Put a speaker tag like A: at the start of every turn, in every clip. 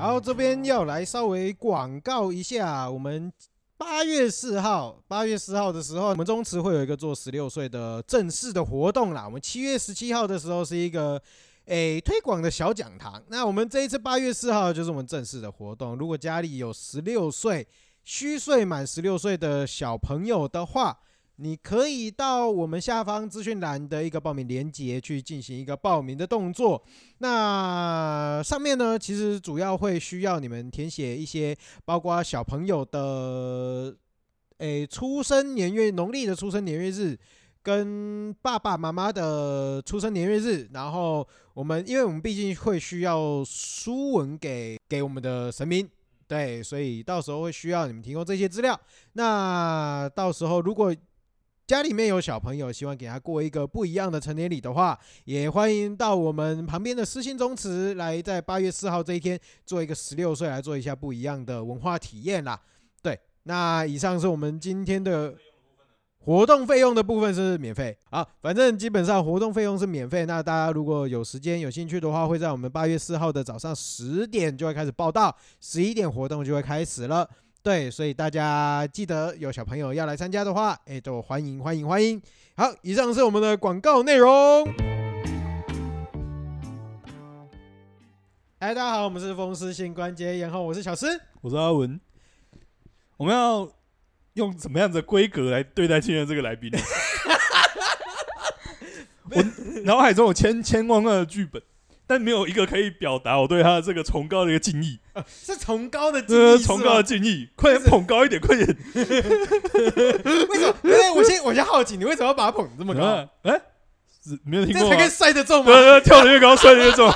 A: 后这边要来稍微广告一下，我们八月四号，八月四号的时候，我们中池会有一个做十六岁的正式的活动啦。我们七月十七号的时候是一个。诶，推广的小讲堂。那我们这一次八月四号就是我们正式的活动。如果家里有十六岁虚岁满十六岁的小朋友的话，你可以到我们下方资讯栏的一个报名链接去进行一个报名的动作。那上面呢，其实主要会需要你们填写一些，包括小朋友的诶出生年月，农历的出生年月日。跟爸爸妈妈的出生年月日，然后我们，因为我们毕竟会需要书文给给我们的神明，对，所以到时候会需要你们提供这些资料。那到时候如果家里面有小朋友，希望给他过一个不一样的成年礼的话，也欢迎到我们旁边的私信宗祠来，在八月四号这一天做一个十六岁来做一下不一样的文化体验啦。对，那以上是我们今天的。活动费用的部分是免费啊，反正基本上活动费用是免费。那大家如果有时间、有兴趣的话，会在我们八月四号的早上十点就会开始报到，十一点活动就会开始了。对，所以大家记得有小朋友要来参加的话，哎、都欢迎欢迎欢迎。好，以上是我们的广告内容。哎，大家好，我们是风湿性关节炎后，我是小诗。
B: 我是阿文。我们要用什么样的规格来对待今天的这个来宾呢？我脑海中有千千万万的剧本，但没有一个可以表达我对他的这个崇高的一个敬意，
A: 是崇高的敬
B: 这
A: 意，
B: 是呃崇高的敬意，快点捧高一点，快点！
A: 为什 么？因为我先我先好奇，你为什么要把它捧这么高？
B: 啊哎，是没有听
A: 这
B: 过
A: 才
B: 吗
A: 可以？摔得中吗？
B: 对对，对跳得越高，摔得越重。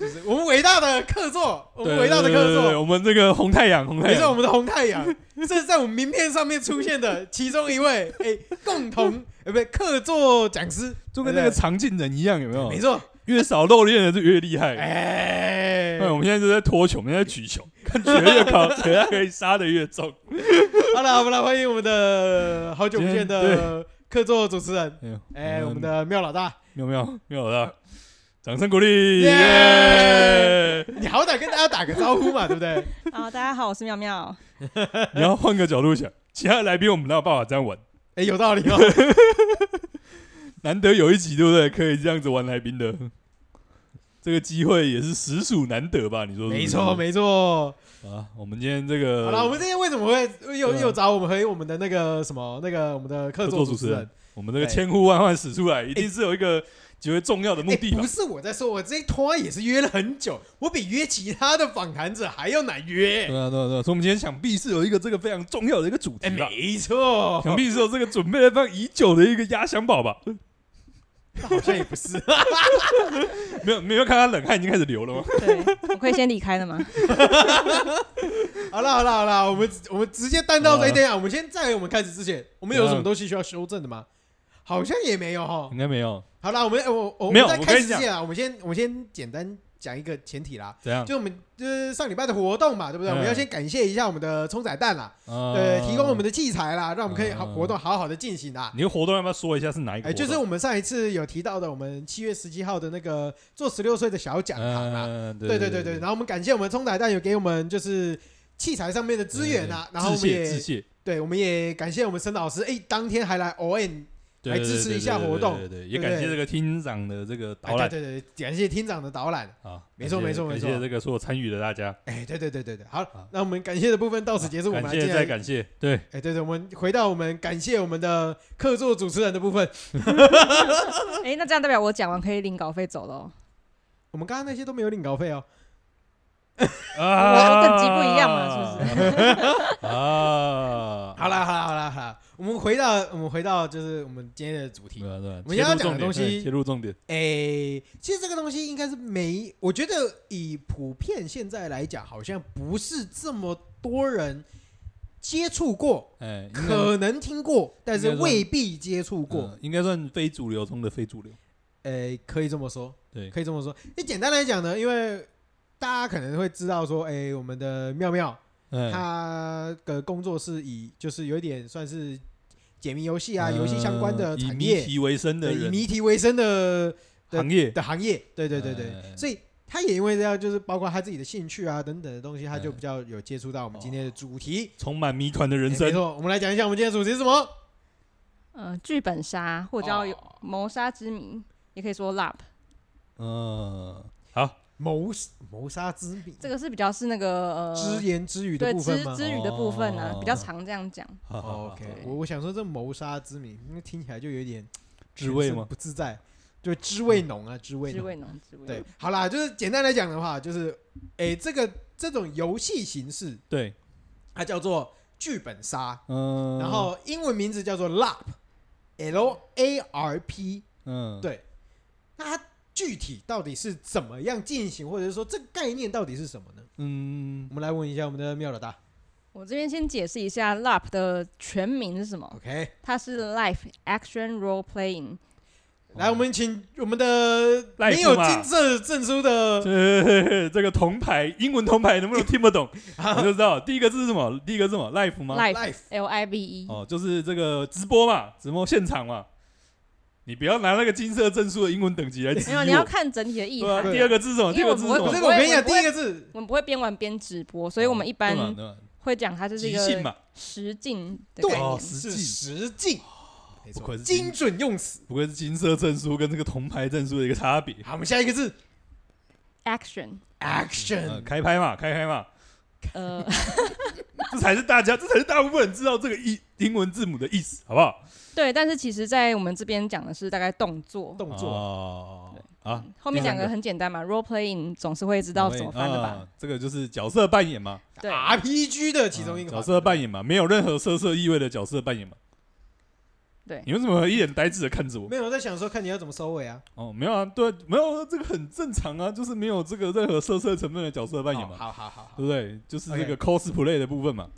A: 就是我们伟大的客座，我
B: 对
A: 们伟大的
B: 对对
A: 客
B: 对对对
A: 座，
B: 我们这个红太阳，红太
A: 也是我
B: 阳，
A: 们的红太阳，这是在我们名片上面出现的其中一位，哎，共同呃，不对，客座讲师，
B: 就跟那个
A: 对
B: 常进人一样，有没有
A: 没？错，
B: 越少露脸的就越厉害。
A: 哎
B: 对，，我们现在就在拖球，我们在举球，看举得越 高，等下可以杀的越重。
A: 好了，我们来欢迎我们的好久不见
B: 今嗯
A: 的客座主持人，哎，我们的妙老大，
B: 妙妙妙老大，掌声鼓励！
A: 耶
B: 耶！
A: 你好歹跟大家打个招呼嘛，对不对？
C: 啊、大家好，我是妙妙。
B: 你要换个角度想，其他来宾我们哪有办法这样玩？
A: 哎，有道理 哦，
B: 难得有一集，对不对？可以这样子玩来宾的，这个机会也是实属难得吧？你说是不是
A: 没错，没错。
B: 啊！我们今天这个
A: 好了，我们这天为什么会又
B: 对啊
A: 又找我们和我们的那个什么那个我们的客座
B: 客座
A: 主
B: 主
A: 持
B: 持
A: 人
B: 人？我们这个
A: 对
B: 千呼万唤始出来，一定是有一个极为重要的目
A: 哎，
B: 的啊吧
A: 不？是我在说，我这一拖也是约了很久，我比约其他的访谈者还要难约。
B: 对啊，对啊，对啊！所以我们今天想必是有一个这个非常重要的一个主题
A: 哎，
B: 吧？
A: 没错，
B: 想必是有这个准备了放已久的一个压箱宝吧？
A: 好像也不是。啊
B: 没有没有看他冷汗已经开始流了吗？
C: 对，我可以先离开 了吗？
A: 好了好了好了，我们我们直接单刀
B: 好啊
A: 直入啊！我们先在我们开始之前，我们有
B: 怎
A: 什
B: 样
A: 么东西需要修正的吗？好像也没有哈。
B: 应该没有，
A: 好了，我们我我
B: 没有
A: 我们在
B: 我
A: 开
B: 跟
A: 始
B: 你
A: 之前啊，我们先我们先简单讲一个前提啦，
B: 怎样？
A: 就我们就是上礼拜的活动嘛，对不对？
B: 啊嗯
A: 我们要先感谢一下我们的冲仔蛋啦，
B: 呃
A: 对，提供我们的器材啦，让我们可以好
B: 嗯
A: 活动好好的进行啦。
B: 你的活动要不要说一下是哪一个
A: 哎，
B: 活动？
A: 就是我们上一次有提到的，我们七月十七号的那个做十六岁的小讲堂啊，
B: 嗯
A: 对对对对。然后我们感谢我们冲仔蛋有给我们就是器材上面的资源啊，然后我
B: 致
A: 们
B: 谢致
A: 也
B: 谢，
A: 对，我们也感谢我们沈老师，哎，当天还来 O N，
B: 对
A: 来
B: 对
A: 支持
B: 对
A: 一下
B: 对对
A: 活动
B: 对对对，
A: 对
B: 也
A: 不对
B: 感谢这个厅长的这个
A: 哎
B: 导览
A: 对对对，感谢厅长的导览，
B: 啊，
A: 没错
B: 感谢
A: 没错没错
B: 感谢这个所有参与的大家，
A: 哎，对对对对对，好
B: 好，
A: 那我们感谢的部分到此结束，我们
B: 感
A: 来
B: 谢
A: 接下
B: 再
A: 来，
B: 感谢，对，
A: 哎，对对，我们回到我们感谢我们的客座主持人的部分，
C: 哎、那这样代表我讲完可以领稿费走了哦、
A: 我们刚刚那些都没有领稿费哦，
B: 啊
C: 我等级不一样嘛
B: 是不是？啊，
A: 好啦好啦好啦好啦，我们回到我们回到就是我们今天的主题
B: 对，啊，对啊，
A: 我们要
B: 切
A: 讲
B: 入
A: 的
B: 重点
A: 东西
B: 对切入重点，
A: 诶、哎其实这个东西应该是没，我觉得以普遍现在来讲，好像不是这么多人接触过，
B: 哎，应该
A: 可能听过，但是
B: 应该说
A: 未必接触过
B: 嗯。应该算非主流中的非主流，
A: 诶、可以这么说，
B: 对，
A: 可以这么说。你简单来讲呢，因为大家可能会知道说，诶、我们的妙妙
B: 哎
A: 她的工作是以就是有一点算是解谜游戏啊，游戏、
B: 呃
A: 相关的
B: 以
A: 产
B: 谜
A: 业，
B: 题为生的
A: 对以
B: 人
A: 谜题为生的
B: 行业，
A: 的行业，对对对对，
B: 哎
A: 所以他也因为这样，就是包括他自己的兴趣啊等等的东西，他就
B: 嗯
A: 比较有接触到我们今天的主题。哎
B: 充满谜团的人
A: 诶没
B: 生，
A: 错，我们来讲一下我们今天的主题是什么？
C: 呃，剧本杀或者叫有
B: 哦
C: 谋杀之谜，也可以说 lab。
B: 嗯，好，
A: 谋谋杀之谜，
C: 这个是比较是那个呃，
A: 只言之语的
C: 对
A: 部
C: 之
A: 分吗？
C: 之语的部分啊，
B: 哦
C: 比较常这样讲。
B: 好好
A: 哦
B: 好
A: OK，
C: 对
A: 我我想说这谋杀之谜，因为听起来就有点
B: 滋味吗？
A: 不自在，就滋味浓啊，滋味
C: 知
A: 浓。
C: 味浓，
B: 嗯
C: 知味浓
A: 对，，好啦，就是简单来讲的话，就是诶，这个这种游戏形式，
B: 对，
A: 它叫做剧本杀，
B: 嗯，
A: 然后英文名字叫做 LARP，L A R P。
B: 嗯，
A: 对，那它具体到底是怎么样进行，或者是说这个概念到底是什么呢？
B: 嗯
A: 我，们来问一下我们的妙老大
C: 我这边先解释一下 LARP 的全名是什么，
A: ，OK？
C: 它是 Life Action Role Playing。
A: 来，我们请我们的
B: 赖
A: 没有
B: 副嘛
A: 金色证书的
B: 这这个铜牌，英文铜牌能不能听不 懂？我就知道第一个字是什么，第一个字是什么，life 吗
C: Live
A: Life
C: L I V E，
B: 哦，就是这个直播嘛，直播现场嘛。你不要拿那个金色证书的英文等级来质
C: 没
B: 疑
C: 有，
B: 我。
C: 你要看整体的意
B: 对啊，
C: 涵。
A: 对
B: 第二个字是什么？第
C: 因
B: 二
C: 为
B: 个
C: 我
B: 字
C: 们
B: 是什么？
C: 会
A: 不是，
C: 不
A: 我跟你讲，
C: 不
A: 第
C: 会
A: 一个字
C: 我们不会边玩边直播，所以我们
B: 哦
C: 一
B: 对
C: 般
B: 嘛对嘛
C: 会讲它是这
B: 即兴
C: 个
B: 嘛，
C: 实境的
A: 对
C: 概念
B: 哦。
A: 是
B: 实际哦
A: 实际，没
B: 不愧
A: 错，
B: 是
A: 精准用词。
B: 不愧是金色证书跟这个铜牌证书的一个差别。
A: 好，我们下一个字
C: Action，
B: 呃
A: action，
B: 开拍嘛，开拍嘛，
C: 呃，
B: 这才是大家，这才是大部分人知道这个意英文字母的意思，好不好？
C: 对，但是其实，在我们这边讲的是大概动作，
A: 动
B: 哦
A: 作
B: 作啊，
C: 后面
B: 第
C: 讲
B: 三
C: 的很简单嘛，role playing 总是会知道怎么翻的吧？
B: 啊这个就是角色扮演嘛，
C: 对，
A: RPG 的其中一个
B: 嗯
A: 吧
B: 角色扮演嘛，没有任何色色意味的角色扮演嘛。
C: 对
B: 你为什么一脸呆滞的看着我？
A: 没有我在想说看你要怎么收尾啊？
B: 哦，没有啊，对，没有，这个很正常啊，就是没有这个任何色色成分的角色扮演
A: 哦
B: 嘛，
A: 好好好好
B: 对，不对？就是这个 cosplay 的部分嘛。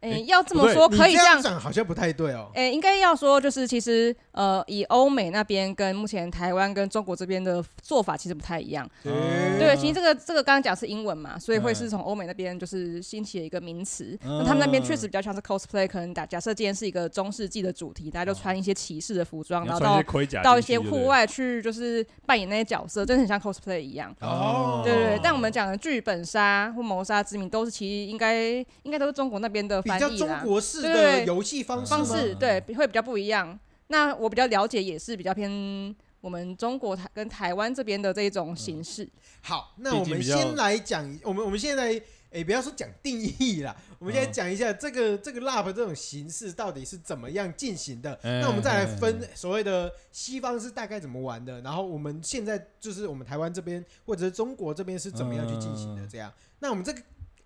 C: 诶
B: 诶，
C: 要这
B: 不
C: 么
B: 对
C: 说可以
A: 你
C: 这样哎
A: 样讲好像不太对哦。
C: 诶、应该要说就是，其实呃，以欧美那边跟目前台湾跟中国这边的做法其实不太一样。
B: 啊
A: 嗯
C: 对，其实这个这个刚刚讲是英文嘛，所以会
B: 嗯
C: 是从欧美那边就是兴起的一个名词。
B: 嗯
C: 那他们那边确实比较像是 cosplay，可能打假设今天是一个中世纪的主题，大家就穿一些骑士的服装，
B: 哦你
C: 然
B: 要穿一
C: 后到
B: 些盔甲
C: 到一
B: 进
C: 些
B: 去
C: 户外去就是扮演那些角色，真的很像 cosplay 一样。
A: 哦
C: 对对对
B: 哦，
C: 但我们讲的剧本杀或谋杀之名，都是其实应该应该都是中国那边的
A: 比
C: 翻
A: 较
C: 译
A: 中
C: 啦。
A: 国式
C: 对对
A: 的
C: 对
A: 游戏方式
C: 方
A: 吗？
C: 式
B: 吗
C: 对比会比较不一样。那我比较了解，也是比较偏我们中国台跟台湾这边的这一种形
B: 嗯
C: 式。
A: 好，那
B: 毕
A: 我
B: 竟
A: 们
B: 比较
A: 先来讲，我们我们现在诶，不要说讲定义 啦，我们现在讲一下这个这个 LARP 这种形式到底是怎么样进行的。
B: 嗯
A: 那我们再来分所谓的西方是大概怎么玩的，然后我们现在就是我们台湾这边或者是中国这边是怎么样去进行的
B: 嗯
A: 这样。那我们这个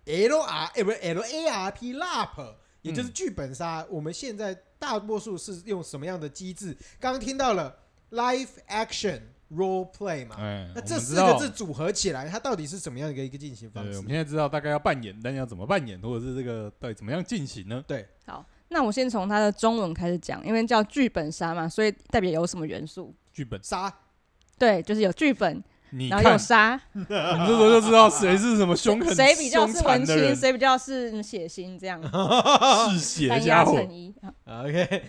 A: L R 诶不是 L A R P LARP。也就是剧本杀，我们现在大多数是用什么样的机制？刚刚听到了 live action role play 嘛，
B: 哎，
A: 那
B: 我
A: 这
B: 们
A: 四个
B: 知道
A: 字组合起来，它到底是怎么样的一个进行方
B: 对，
A: 式
B: 我们？现在知道大概要扮演，但要怎么扮演，或者是这个到底怎么样进行呢？
A: 对，
C: 好，那我先从它的中文开始讲，因为叫剧本杀嘛，所以代表有什么元素？
B: 剧本，
A: 杀
C: 对，就是有剧本，
B: 你
C: 然
B: 看，
C: 后有杀，
B: 你这时候就知道谁是什么凶狠、
C: 谁比较
B: 凶
C: 是
B: 残
C: 文
B: 的
C: 青，
B: 人，
C: 谁比较是嗯血腥 这样，
B: 嗜血的
C: 单
B: 家
C: 压
B: 伙
C: 成。一。好
A: 啊，OK，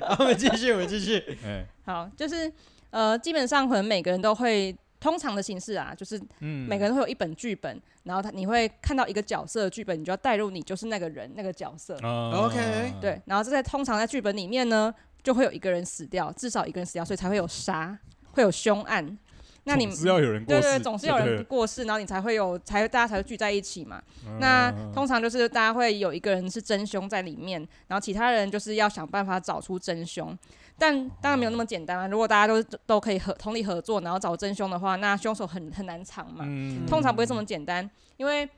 A: 好我们继续，我们继续。
B: 哎，
C: 好，就是呃，基本上可能每个人都会。通常的形式啊，就是
B: 嗯，
C: 每个人会有一本剧本，然后他你会看到一个角色的剧本，你就要带入你就是那个人那个角色。
B: 啊
A: 哦 OK
C: 对，然后这在通常在剧本里面呢，就会有一个人死掉，至少一个人死掉，所以才会有杀，会有凶案。那你
B: 总是要有人过
C: 对
B: 世，
C: 对对，总是有
B: 就对
C: 人
B: 了。
C: 过世，然后你才会有才大家才会聚在一起嘛。
B: 嗯
C: 那通常就是大家会有一个人是真凶在里面，然后其他人就是要想办法找出真凶。但当然没有那
B: 哦
C: 么简单啊！如果大家都都可以合同理合作，然后找真凶的话，那凶手很很难藏嘛。
B: 嗯
C: 通常不会这么简单，因为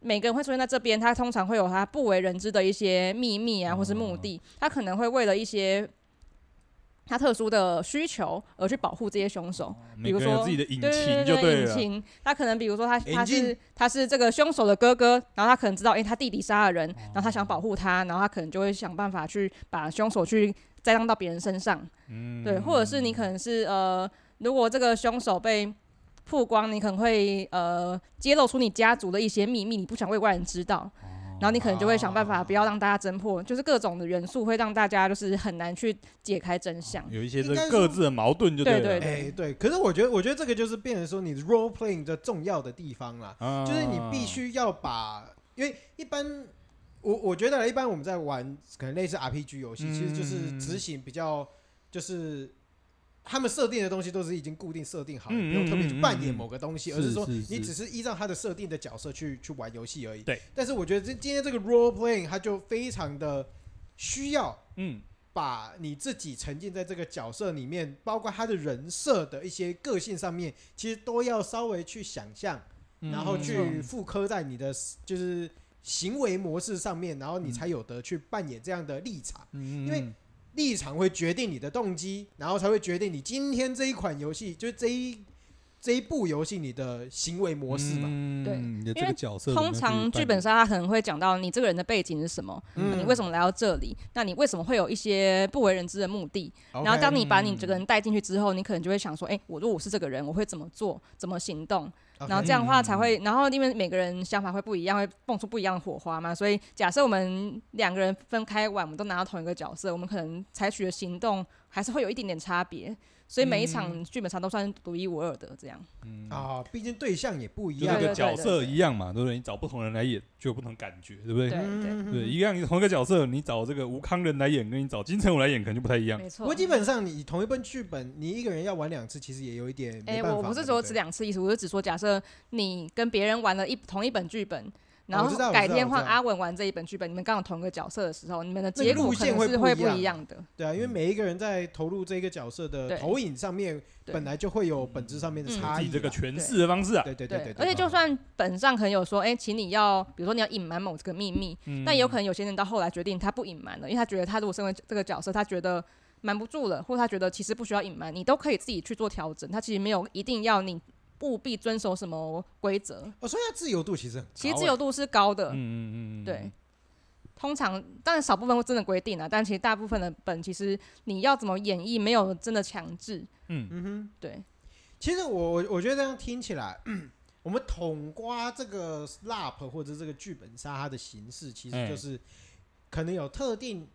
C: 每个人会出现在这边，他通常会有他不为人知的一些秘密啊，或是目
B: 哦
C: 的，他可能会为了一些他特殊的需求而去保护这些凶手。
B: 每个人有自己的隐
C: 对
B: 情
C: 对
B: 就
C: 对，
B: 了
C: 隐。情，他可能比如说他
A: 隐
C: 他
A: 情
C: 是他是这个凶手的哥哥，然后他可能知道，哎、他弟弟杀了人，
B: 哦
C: 然后他想保护他，然后他可能就会想办法去把凶手去栽赃到别人身上。
B: 嗯
C: 对，或者是你可能是呃，如果这个凶手被
B: 哦
C: 曝光，你可能会呃揭露出你家族的一些秘密，你不想为外人知道。然后你可能就会想办法不要让大家侦破，就是各种的元素会让大家就是很难去解开真相。
B: 有一些这
A: 应该
B: 各自的矛盾就
C: 对
B: 了
C: 对。
A: 哎、对，可是我觉得，我觉得这个就是变成说你 role playing 的重要的地方啦，
B: 啊
A: 哎就是你必须要把，因为一般我我觉得啦一般我们在玩可能类似 RPG 游戏，
B: 嗯
A: 其实就是执行比较就是。他们设定的东西都是已经固定设定好，
B: 嗯
A: 你不用特别
B: 嗯
A: 去
B: 嗯
A: 扮
B: 嗯
A: 演
B: 嗯
A: 某个东西，
B: 是
A: 而是说
B: 是是
A: 你只是依照他的设定的角色去去玩游戏而已。
B: 对。
A: 但是我觉得这今天这个 role playing 它就非常的需要
B: 嗯
A: 把你自己沉浸在这个角色里面，包括他的人设的一些个性上面，其实都要稍微去想象，
B: 嗯
A: 然后去
B: 嗯
A: 复刻在你的就是行为模式上面，然后你才有得去扮演这样的立场。
B: 嗯
A: 因为立场会决定你的动机，然后才会决定你今天这一款游戏，就是这一这一部游戏你的行为模式嘛。
B: 嘛
C: 对
D: 嗯，你的
C: 因
D: 这
C: 为
D: 个角色
C: 通常剧本
D: 上
C: 杀他可能会讲到你这个人的背景是什么，
A: 嗯
C: 你为什么来到这里，那你为什么会有一些不为人知的目的？然后当你把你这个人带进去之后，你可能就会想说，哎、我如果我是这个人，我会怎么做，怎么行动？然后这样的话才会，然后因为每个人想法会不一样，会蹦出不一样的火花嘛。所以假设我们两个人分开玩，我们都拿到同一个角色，我们可能采取的行动还是会有一点点差别。所以
A: 嗯
C: 每一场剧本杀都算是独一无二的这样。
A: 啊，毕竟对象也不一
B: 嗯就
A: 样
B: 那
C: 对
B: 个
C: 对
A: 啊。
B: 角色一样嘛，对不对？你找不同人来演就有不同感觉，对不对？
C: 对对，
A: 嗯
B: 对，一样，你同一个角色，你找这个吴康仁来演，跟你找金城武来演，可能就不太一样。
C: 没错。
A: 不过基本上你同一本剧本，你一个人要玩两次，其实也有一点
C: 哎、
A: 没办法。
C: 我不是
A: 对
C: 说
A: 对
C: 只两次意思，我是只说假设你跟别人玩了一同一本剧本。然
A: 哦我知道
C: 后
A: 我
C: 改
A: 知道
C: 天
A: 我
C: 换
A: 知道
C: 阿文玩这一本剧本，你们刚好同一个角色的时候，你们的
A: 那
C: 结
A: 个路
C: 果可
A: 线
C: 能
A: 会
C: 是
A: 不
C: 会
A: 一
C: 不
A: 样
C: 一样的。
A: 对啊，因为
B: 嗯
A: 每一个人在投入这个角色的
C: 对
A: 投影上面，
C: 对
A: 本来就会有本质上面的
C: 嗯
A: 差
B: 自
A: 异
B: 己
A: 啦。
B: 这个诠释的方式啊，
A: 对对对
C: 对，
A: 对，
C: 而且就
B: 对
C: 算本上可能有说，哎、请你要，比如说你要隐瞒某这个秘密，
B: 嗯
C: 但有可能有些人到后来决定他不隐瞒了，因为他觉得他如果身为这个角色，他觉得瞒不住了，或者他觉得其实不需要隐瞒，你都可以自己去做调整，他其实没有一定要你务必遵守什么规则，
A: 哦，所以它自由度其实很高
C: 其实自由度是高的，
B: 嗯嗯嗯嗯，
C: 对。通常，当然少部分会真的规定了、但其实大部分的本其实你要怎么演绎，没有真的强制。
B: 嗯，
A: 嗯哼，
C: 对，
A: 其实我我我觉得这样听起来，我们统刮这个 slap 或者这个剧本杀它的形式，其实
B: 哎
A: 就是可能有特定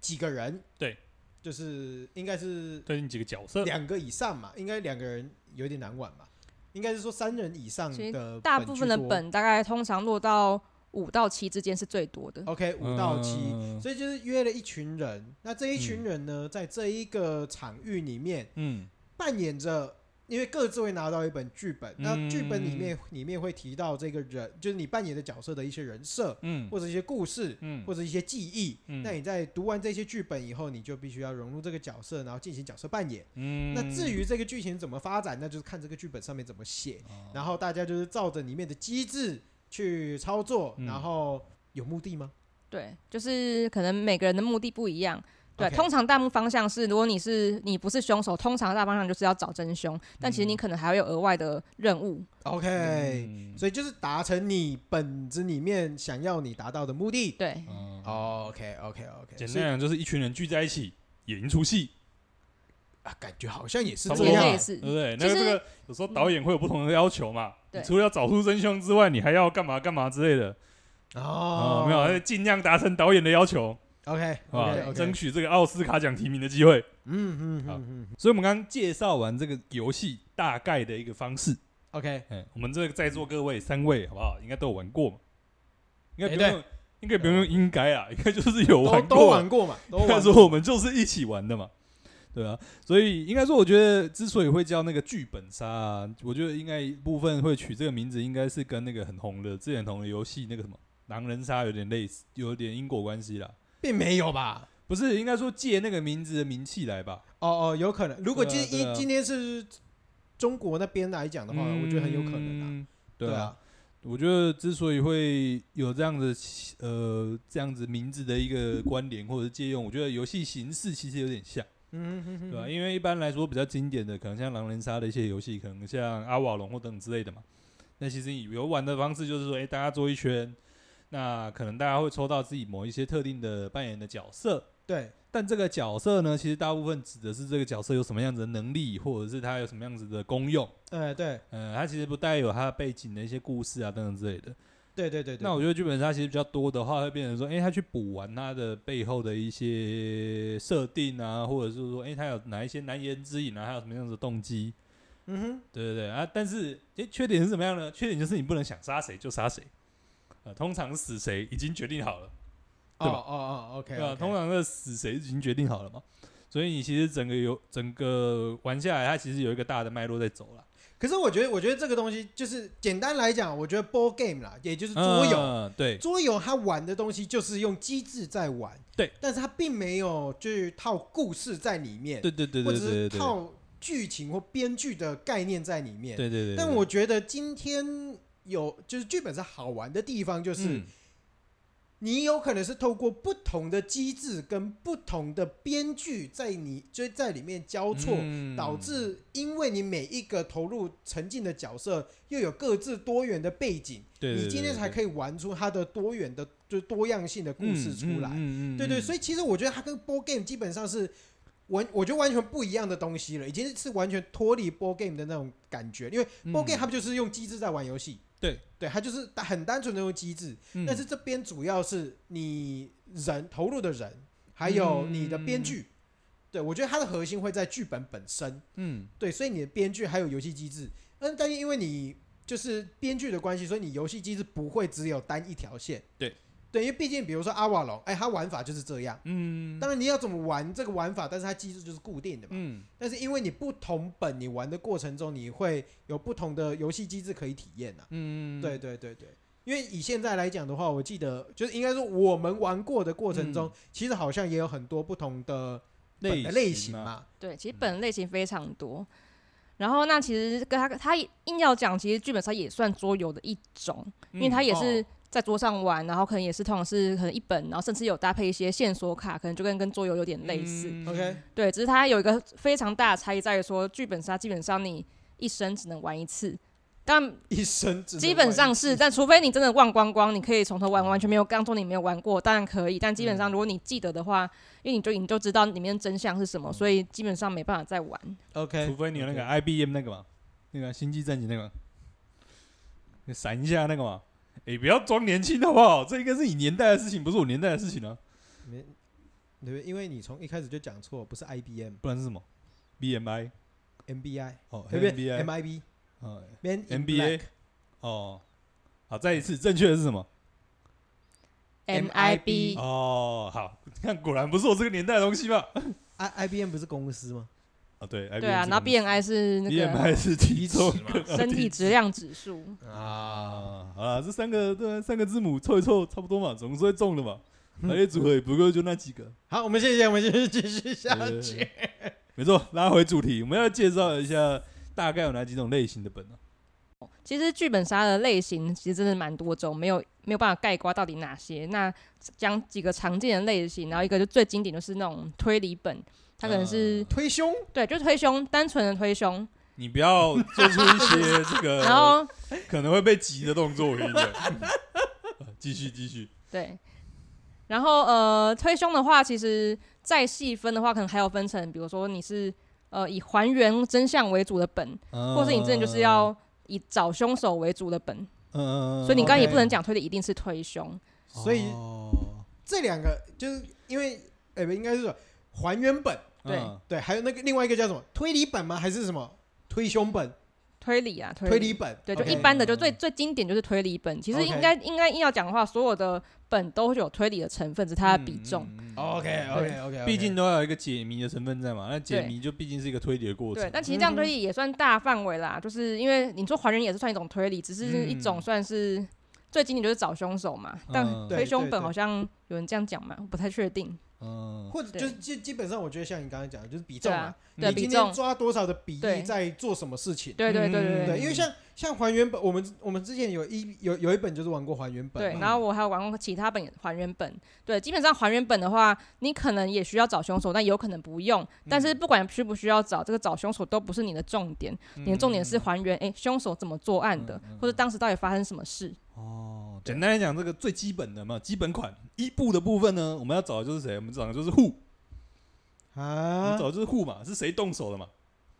A: 几个人，
B: 对，
A: 就是应该是
B: 最近几个角色，
A: 两个以上嘛，应该两个人有点难玩嘛，应该是说三人以上
C: 其实
A: 的
C: 大部分的
A: 居多
C: 本大概通常落到五到七之间是最多的。
A: OK 五到七，
B: 嗯
A: 所以就是约了一群人，那这一群人呢，在这一个场域里面
B: 嗯，
A: 扮演着，因为各自会拿到一本剧本，那
B: 嗯
A: 剧本里面里面会提到这个人，就是你扮演的角色的一些人设，
B: 嗯
A: 或者一些故事，
B: 嗯
A: 或者一些记忆。
B: 嗯
A: 那你在读完这些剧本以后，你就必须要融入这个角色，然后进行角色扮演。
B: 嗯
A: 那至于这个剧情怎么发展，那就是看这个剧本上面怎么写，
B: 哦
A: 然后大家就是照着里面的机制去操作，
B: 嗯
A: 然后有目的吗？
C: 对，就是可能每个人的目的不一样。对
A: OK
C: 通常弹幕方向是，如果你是你不是凶手，通常大方向就是要找真凶，但其实你可能还会有额外的任务。
A: OK，、
B: 嗯
A: 所以就是达成你本子里面想要你达到的目的。
C: 对，
B: 嗯
A: 哦，OK OK OK，
B: 简
A: 所
B: 单
A: 以
B: 讲就是一群人聚在一起演一出戏，
A: 啊，感觉好像也是
B: 差不
A: 这
B: 多
C: 也
B: 吧
C: 类
A: 样。
C: 似
B: 对不对？
C: 其
B: 那
C: 实嗯
B: 个这个有时候导演会有不同的要求嘛，
C: 对
B: 你除了要找出真凶之外，你还要干嘛干嘛之类的
A: 哦
B: 哦，没有，尽量达成导演的要求，
A: ，OK
B: 啊
A: OK，
B: 争取这个奥斯卡奖提名的机会。
A: 嗯嗯
B: 好
A: 嗯嗯
B: 所以我们刚刚介绍完这个游戏大概的一个方式，
A: ，OK，
B: 嗯，我们这个在座各位三位好不好？应该都有玩过嘛？应该不
A: 哎
B: 用，应该不用用应该啊，应 该就是有
A: 都
B: 玩
A: 都
B: 过啊。
A: 玩过嘛，都
B: 应该
A: 玩
B: 说我们就是一起玩的嘛，对啊。所以应该说，我觉得之所以会叫那个剧本杀、啊，我觉得应该一部分会取这个名字，应该是跟那个很红的之前很红的游戏那个什么狼人杀有点类似，有点因果关系啦。
A: 并没有吧？
B: 不是，应该说借那个名字的名气来吧。
A: 哦哦，有可能。如果
B: 对
A: 今
B: 啊对
A: 一
B: 啊
A: 今天是中国那边来讲的话，我觉得很有可能啊。
B: 嗯
A: 对
B: 对啊，，我觉得之所以会有这样的呃这样子名字的一个关联或者是借用，我觉得游戏形式其实有点像，
A: 嗯哼哼
B: 对吧、
A: 哼，
B: 因为一般来说比较经典的，可能像狼人杀的一些游戏，可能像阿瓦隆或等之类的嘛。那其实游玩的方式就是说，哎、大家坐一圈，那可能大家会抽到自己某一些特定的扮演的角色，
A: 对，
B: 但这个角色呢，其实大部分指的是这个角色有什么样子的能力，或者是他有什么样子的功用。
A: 哎对，
B: 呃，它其实不带有它背景的一些故事啊等等之类的。
A: 对对对对，
B: 那我觉得剧本杀其实比较多的话，会变成说，哎、他去补完他的背后的一些设定啊，或者是说，哎、他有哪一些难言之隐啊，还有什么样子的动机？
A: 嗯哼，
B: 对对对啊，但是诶，缺点是什么样呢？缺点就是你不能想杀谁就杀谁，呃，通常死谁已经决定好了，
A: 哦
B: 对吧
A: 哦哦，OK，
B: 对吧、通常的死谁已经决定好了嘛，所以你其实整个有整个玩下来，它其实有一个大的脉络在走了，
A: 可是我觉得，我觉得这个东西就是简单来讲，我觉得 board game 啦，也就是桌游，
B: 嗯对
A: 桌游它玩的东西就是用机制在玩，
B: 对，
A: 但是它并没有就是套故事在里面，
B: 对对对对对对
A: 或者是
B: 对
A: 套剧情或编剧的概念在里面。
B: 对对对，
A: 但我觉得今天有就是剧本是好玩的地方，就、
B: 就是
A: 你有可能是透过不同的机制跟不同的编剧在你就在里面交错，
B: 嗯
A: 导致因为你每一个投入沉浸的角色又有各自多元的背景，
B: 对
A: 你今天才可以玩出它的多元的就多样性的故事出来。
B: 嗯
A: 对对，所以其实我觉得它跟 board game 基本上是完，我觉得完全不一样的东西了，已经是完全脱离 board game 的那种感觉。因为 board game 它不就是用机制在玩游戏？
B: 嗯对嗯
A: 对，它就是很单纯的用机制，
B: 以
A: 但是这边主要是你人投入的人，还有
B: 嗯
A: 你的编剧。对，我觉得它的核心会在剧本本身。
B: 嗯
A: 对，所以你的编剧还有游戏机制，嗯，但是因为你就是编剧的关系，所以你游戏机制不会只有单一条线。
B: 对，
A: 对，因为毕竟比如说阿瓦隆，哎，它玩法就是这样。
B: 嗯
A: 当然你要怎么玩这个玩法，但是它机制就是固定的嘛。
B: 嗯
A: 但是因为你不同本，你玩的过程中你会有不同的游戏机制可以体验呐、
B: 嗯
A: 对对对对，因为以现在来讲的话，我记得就是应该说我们玩过的过程中，
B: 嗯
A: 其实好像也有很多不同的本的类型，嘛。
C: 对，其实本类型非常多。然后那其实跟他他硬要讲，其实剧本杀也算桌游的一种，因为它也是
A: 哦
C: 在桌上玩，然后可能也是通常是可能一本，然后甚至有搭配一些线索卡，可能就跟跟桌游有点类似。
B: 嗯
A: OK，
C: 对，只是它有一个非常大的差异在于说，剧本杀基本上你一生只能玩一次，但
A: 一生只能
C: 基本上
A: 玩
C: 是，
A: 一次嗯
C: 但除非你真的忘光光，你可以从头玩，完全没有当做你没有玩过，当然可以。但基本上如果你记得的话，因为你就你就知道里面真相是
A: 嗯
C: 什么，所以基本上没办法再玩。
B: 除
A: OK，
B: 非你有那个 IBM 那个嘛，那个星际战警那个，你闪一下那个嘛。哎，不要装年轻好不好？这应该是你年代的事情，不是我年代的事情啊。
A: 没对不对？因为你从一开始就讲错，不是 IBM，MBI，
B: 不然是什么？BMI 哦
A: 对不对
B: ，MBI
A: ？MIB
B: 哦
A: Man in
B: ，MBA
A: Black
B: 哦。好，再一次，正确的是什么？
A: MIB
B: 哦，好， 看果然不是我这个年代的东西嘛。
A: 啊 I IBM 不是公司吗？
B: 啊，对，
C: 对啊，然后 BMI 是那个
B: BMI 是体重跟
C: 身体质量指数。
B: 啊，好啦，这三个对三个字母凑一凑，差不多嘛，总是会中的嘛。
A: 嗯
B: 排列组合也不过就那几 个，
A: 好，我们谢谢，我们继续继续下
B: 对
A: 去。
B: 没错。拉回主题，我们要介绍一下大概有哪几种类型的本呢、啊
C: 哦其实剧本杀的类型其实真的蛮多种，没有没有办法概括到底哪些。那讲几个常见的类型，然后一个就最经典就是那种推理本，它可能是、
A: 推胸，
C: 对，就是推胸，单纯的推胸，
B: 你不要做出一些这
C: 然
B: 个
C: 后
B: 可能会被急的动作，我跟你讲。嗯继续继续，
C: 对，然后呃推胸的话，其实再细分的话，可能还有分成，比如说你是呃以还原真相为主的本，或
B: 或
C: 是你真的就是要以找凶手为主的本，
B: 嗯，
C: 所以你刚刚也
A: OK
C: 不能讲推理一定是推胸。
A: 所以
B: 哦
A: 这两个就是因为，哎、不应该是说还原本，
C: 对
B: 嗯
A: 对，还有那个另外一个叫什么推理本吗？还是什么推胸本、
C: 推理啊，推
A: 推理本？
C: 对，就
A: OK
C: 一般的，就最最经典就是推理本。其实
A: OK
C: 应该应该硬要讲的话，所有的本都有推理的成分，只是它的比重。
B: 嗯。嗯嗯
A: OK OK OK，
B: 毕竟都要有一个解谜的成分在嘛，那解
C: 对
B: 谜就毕竟是一个推理的过程
C: 对，
B: 嘛。
C: 但其实
A: 嗯
C: 这样推理也算大范围啦，就是因为你说还原也是算一种推理，只是一种
B: 嗯
C: 算是最经典就是找凶手嘛。但
B: 嗯
A: 对
C: 推凶
A: 对
C: 本好像有人这样讲嘛，我不太确定。
B: 嗯，
A: 或者就是基基本上，我觉得像你刚才讲的，就是比重嘛，
B: 对啊对
A: 你今
C: 比重
A: 天抓多少的比例
C: 对
A: 在做什么事情？
C: 对对对
B: 嗯
C: 对
A: 对，
C: 对
A: 因为像像还原本，我们我们之前有一有有一本就是玩过还原本
C: 对
A: 嘛，，
B: 嗯
C: 然后我还有玩过其他本也还原本，对，基本上还原本的话，你可能也需要找凶手，但有可能不用。但
B: 嗯
C: 是不管需不需要找，这个找凶手都不是你的重点，
B: 嗯
C: 你的重点是还原，诶，凶手怎么作案的，或者当时到底发生什么事。
B: 哦，简单来讲，这个最基本的嘛，基本款一部的部分呢，我们要找的就是谁？我们找的就是 who，我们
A: 啊
B: 找，的就是 who 嘛，是谁动手的嘛？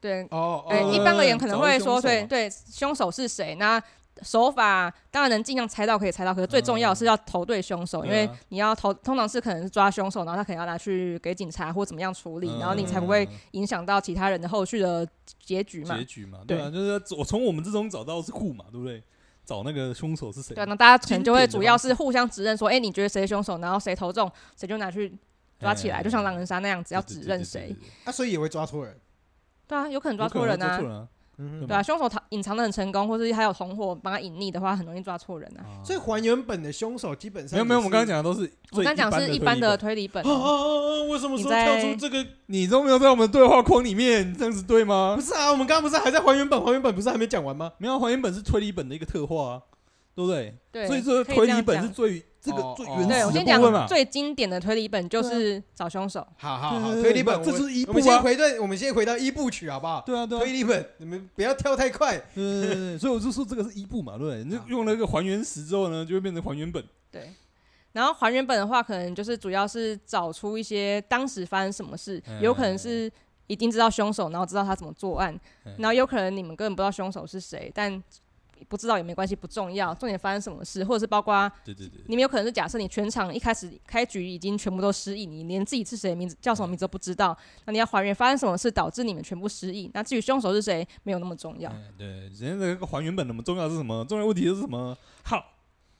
C: 对，
A: 哦
C: 诶，
A: 哦，
C: 一般而言可能会
B: 找凶
C: 说，
B: 手
C: 对
B: 嘛
C: 对，凶手是谁？那手法当然能尽量猜到，可以猜到，可是最重要的是要投对凶手，
B: 嗯
C: 因为你要投，通常是可能是抓凶手，然后他可能要拿去给警察或怎么样处理，然后你才不会
B: 嗯
C: 影响到其他人的后续的结局嘛
B: 结。局嘛，对
C: 对
B: 啊，就是要我从我们之中找到是库嘛，对不对？找那个凶手是谁？
C: 对啊，那大家可能就会
B: 经典的
C: 主要是互相指认说，哎、你觉得谁是凶手，然后谁投中，谁就拿去抓起来，
B: 哎
C: 就像狼人杀那样子，要
B: 对
C: 指
B: 对对
C: 认
B: 对
C: 谁
B: 对。对对
A: 啊，所以也会抓错人。
C: 对啊，有可能抓
B: 有可
C: 错
B: 能会
C: 人
B: 抓
C: 啊
B: 错。人啊，
A: 嗯
B: 对
A: 哼，
C: 对啊，凶手他隐藏的很成功，或是还有同伙帮他隐匿的话，很容易抓错人啊。
B: 啊
A: 所以还原本的凶手基本上
B: 没有没有，我
A: 也
B: 们
A: 是
B: 刚刚。讲的都是
C: 我刚讲是
B: 一
C: 一般
B: 的
C: 的
B: 推理
C: 推 理本
A: 啊，啊啊！啊为什么
C: 你
A: 说
C: 在
A: 跳出这个？
B: 本，你都没有在我们对话框里面，这样子对吗
A: 不？是啊，我们刚刚不是还在还原本？还原本不是还没讲完吗？
B: 没有，啊还原本是推理本的一个特化啊，对不对？
C: 对，
B: 所以这个
C: 可
B: 推
C: 这
B: 理
C: 样
B: 本
C: 讲
B: 是最这个
A: 哦
B: 最
A: 哦
B: 原
C: 对，
B: 始
C: 我
B: 的
C: 先
B: 部分嘛啊
C: 讲。最经典的推理本就是找凶手。
A: 好好好，
B: 对对对
A: 推理本
B: 这
A: 我
B: 是一
A: 我
B: 部
A: 们先
B: 啊，
A: 回到我们先回到一部曲好不好？
B: 对啊对啊
A: 推，理本，你们不要跳太快。
B: 对对对对，所以我就说这个是一部嘛，对不对？你就
C: 啊
A: 好
B: 用了一个还原石之后呢，就会变成还原本。
C: 对，然后还原本的话，可能就是主要是找出一些当时发生什么事，
B: 嗯
C: 有可能是已经知道凶手，然后知道他怎么作案，
B: 嗯
C: 然后有可能你们根本不知道凶手是谁，但。不知道也没关系，不重要。重点发生什么事，或者是包括
B: 对对对，
C: 你们有可能是假设你全场一开始开局已经全部都失忆，你连自己是谁名字叫什么名字都不知道，那你要还原发生什么事导致你们全部失忆。那至于凶手是谁，没有那么重要。
B: 嗯对，人家那个还原本的嘛，重要是什么？重要问题是什么？好，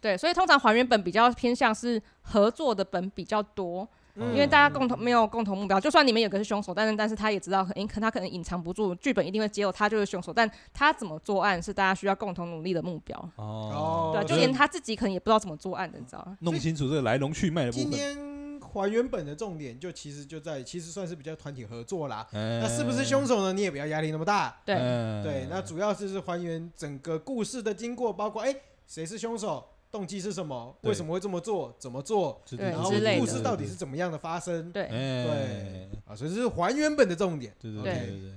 C: 对，所以通常还原本比较偏向是合作的本比较多，
A: 嗯
C: 因为大家共同没有共同目标。就算你们有个是凶手，但是但是他也知道，可能可他可能隐藏不住，剧本一定会揭露他就是凶手，但他怎么作案是大家需要共同努力的目标。
A: 哦
C: 对
A: 哦
C: 啊、就连他自己可能也不知道怎么作案的，你知道吗？
B: 弄清楚这个来龙去脉的部
A: 今
B: 分。
A: 天还原本的重点就其实就在，其实算是比较团体合作啦。
B: 那
A: 那是不是凶？手呢？你也不要压力那么大。
C: 对，
B: 嗯
A: 对，那主要就是还原整个故事的经过，包括哎谁是凶手，动机是什么，
B: 对
A: 为什么会这么做，怎么做，
B: 对
C: 对
A: 然后
C: 之类的
A: 故事到底是怎么样的发生。
C: 对。
B: 哎
A: 对，啊，所以这是还原本的重点。
B: 对对对
C: 对
B: 对对，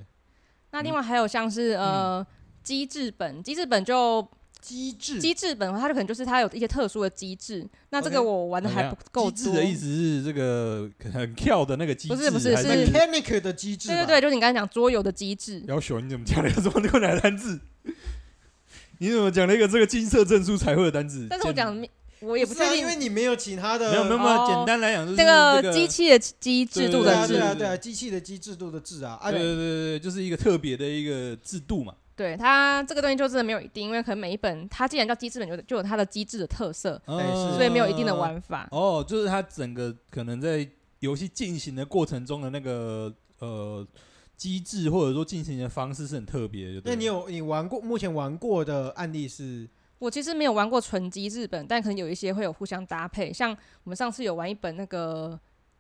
C: 那另外还有像是
A: 嗯
C: 呃机制本，机制本就
A: 机制
C: 机制本的话，它就可能就是它有一些特殊的机制。那这个
A: OK，
C: 我玩的还不够
B: 哎机制
C: 多。
B: 的意思是这个很跳哎的那个机制，
C: 不是不是
B: 还
C: 是
A: mechanic 的机制
C: 对
A: 吧，
C: 对对，就是你刚才讲桌游的机制。
B: 要熊，你怎么讲了 一个这么困难的单字？你怎么讲了一个这个金色证书才会的单字？
C: 但是我
B: 简
C: 讲，我也不
A: 是啊
C: 确定
A: 因为你没有其他的
B: 没有没有没有，
C: 哦
B: 简单来讲就是
C: 那
B: 个
C: 个机器的机制度
A: 对
C: 的
A: 啊
C: 制
A: 对
B: 对
A: 啊
B: 对
A: 对啊，机器的机制度的制啊，啊
B: 对对对对，就是一个特别的一个制度嘛。
C: 对它这个东西就真的没有一定，因为可能每一本它既然叫机制本，就就有它的机制的特色，
A: 哎是
B: 嗯
C: 所以没有一定的玩法。
B: 哦，就是它整个可能在游戏进行的过程中的那个呃机制，或者说进行的方式是很特别的。
A: 那
B: 对不
A: 你
B: 对
A: 有你玩过目前玩过的案例是
C: 我其实没有玩过纯机制本，但可能有一些会有互相搭配，像我们上次有玩一本那个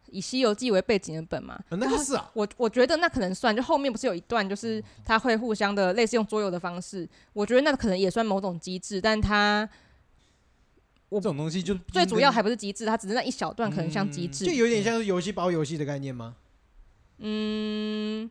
C: 以《西游记》为背景的本嘛，
A: 呃那个是嗯啊，
C: 我我觉得那可能算，就后面不是有一段，就是他会互相的类似用桌游的方式，我觉得那可能也算某种机制，但它
B: 这种东西就
C: 最主要还不是机制，它只是那一小段可能像机
A: 嗯就
C: 制。
A: 有点像是游戏包游戏的概念吗？
C: 嗯，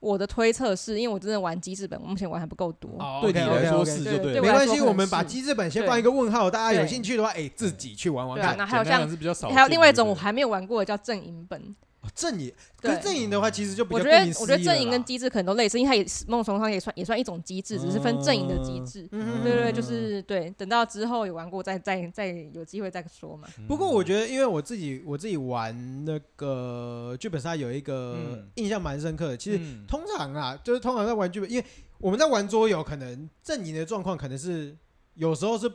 C: 我的推测是因为我真的玩机制本，我目前玩还不够多。
A: 哦
B: 对你来说是就
C: 对
B: 对
C: 对
B: 了
A: 没。关系，
C: 对我来说可能
A: 我们把
C: 是
A: 机制本先
C: 对
A: 放一个问号，大家有
C: 对
A: 兴趣的话，
B: 嗯
A: 哎，自己去玩玩
C: 对啊，
A: 看。
C: 那还有
B: 简单来
C: 像
B: 讲是比较少见的，
C: 还有另外一种
B: 对
C: 我
B: 不对
C: 还没有玩过的叫阵营本，
A: 哦阵营，可
C: 对
A: 是阵营的话，其实就比
C: 我
A: 较
C: 觉
A: 不
C: 得
A: 明思
C: 我觉得
A: 议
C: 阵
A: 了
C: 营
A: 啦
C: 跟机制可能都类似，因为它也是某种程度上也算也算一种机制，只是分阵营的机制。
A: 嗯
C: 对对对，就是对，等到之后有玩过再再再有机会再说嘛。
B: 嗯
A: 不过我觉得，因为我自己我自己玩那个剧本杀有一个
B: 嗯
A: 印象蛮深刻的，其实
B: 嗯
A: 通常啊，就是通常在玩剧本，因为我们在玩桌游，可能阵营的状况可能是有时候是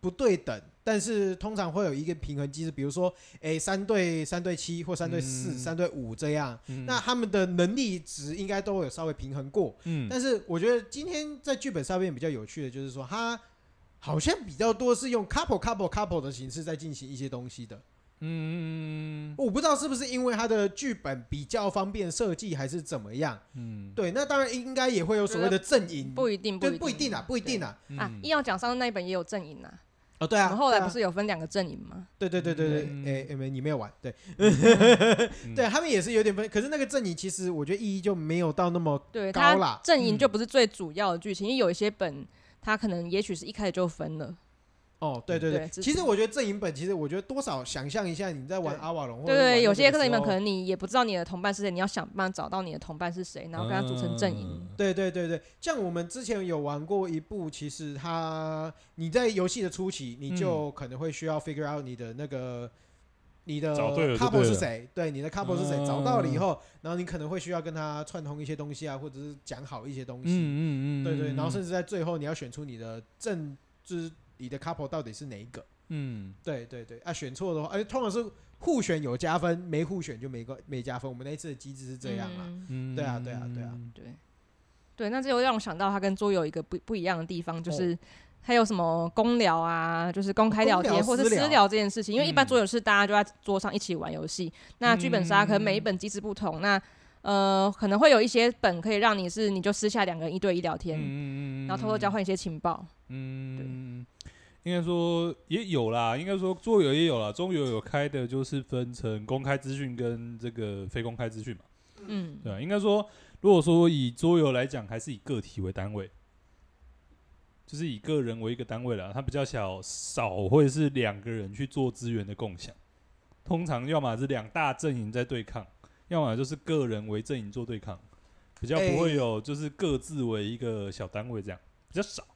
A: 不对等，但是通常会有一个平衡机制，比如说，诶三对三对七或三对四、
B: 嗯
A: 三对五这样，
B: 嗯
A: 那他们的能力值应该都有稍微平衡过。
B: 嗯
A: 但是我觉得今天在剧本上面比较有趣的就是说，它好像比较多是用 couple couple couple 的形式在进行一些东西的。
B: 嗯
A: 我不知道是不是因为它的剧本比较方便设计，还是怎么样。
B: 嗯
A: 对，那当然应该也会有所谓的阵营，
C: 不一定，
A: 对，
C: 一
A: 不一定
C: 定
A: 啊，不一定啊。
B: 嗯
C: 啊，硬要讲上次那一本也有阵营啊，
A: 哦，对
C: 我
A: 啊，
C: 们后来
A: 对啊
C: 不是有分两个阵营吗？
A: 对对对对对，
B: 嗯
A: 哎、哎没你没有玩，对，
C: 嗯
A: 对他们也是有点分，可是那个阵营其实我觉得意义就没有到那么
C: 对，
A: 高啦嗯
C: 它阵营就不是最主要的剧情，因为有一些本它可能也许是一开始就分了，
A: 哦，对对对，
C: 对
A: 其实我觉得阵营本，其实我觉得多少想象一下你在玩
C: 对
A: 阿瓦隆，或者
C: 对
A: 玩
C: 对，有些
A: 那个
C: 课
A: 的
C: 程
A: 时
C: 你们可
A: 候
C: 能你也不知道你的同伴是谁，你要想办法找到你的同伴是谁，然后跟他组成阵营。
B: 嗯
A: 对对对对，像我们之前有玩过一部，其实它你在游戏的初期，你
C: 嗯
A: 就可能会需要 figure out 你的那个你的
D: 找对了就
A: couple
D: 对
A: 是
D: 了
A: 谁，对你的 couple 是
C: 哦
A: 谁，找到了以后，然后你可能会需要跟他串通一些东西啊，或者是讲好一些东西，啊
B: 嗯嗯嗯，
A: 对对，然后
B: 嗯
A: 甚至在最后你要选出你的正就是你的 couple 到底是哪一个，
B: 嗯
A: 对对对，啊选错的话，而且通常是互选有加分，没互选就没个没加分，我们那一次的机制是这样啊，
C: 嗯
B: 嗯，
A: 对啊对啊对啊，
C: 对，对，那这又让我想到它跟桌游有一个不不一样的地
A: 哦
C: 方，就是还有什么公聊啊，就是公开聊
A: 公
C: 天
A: 聊
C: 或是
A: 私聊
C: 私聊这件事情，因为一般
B: 嗯
C: 桌游是大家就在桌上一起玩游戏，那剧本杀可能每
A: 嗯
C: 一本机制不同，那呃可能会有一些本可以让你是你就私下两个人一对一聊天，
B: 嗯
C: 然后偷偷交换一些情报，
B: 嗯，应该说也有啦，应该说桌游也有啦，桌游有开的就是分成公开资讯跟这个非公开资讯嘛，
C: 嗯，
B: 对啊，应该说如果说以桌游来讲，还是以个体为单位，就是以个人为一个单位啦，它比较小少会是两个人去做资源的共享，通常要么是两大阵营在对抗，要么就是个人为阵营做对抗，比较不
A: 哎
B: 会有就是各自为一个小单位这样，比较少。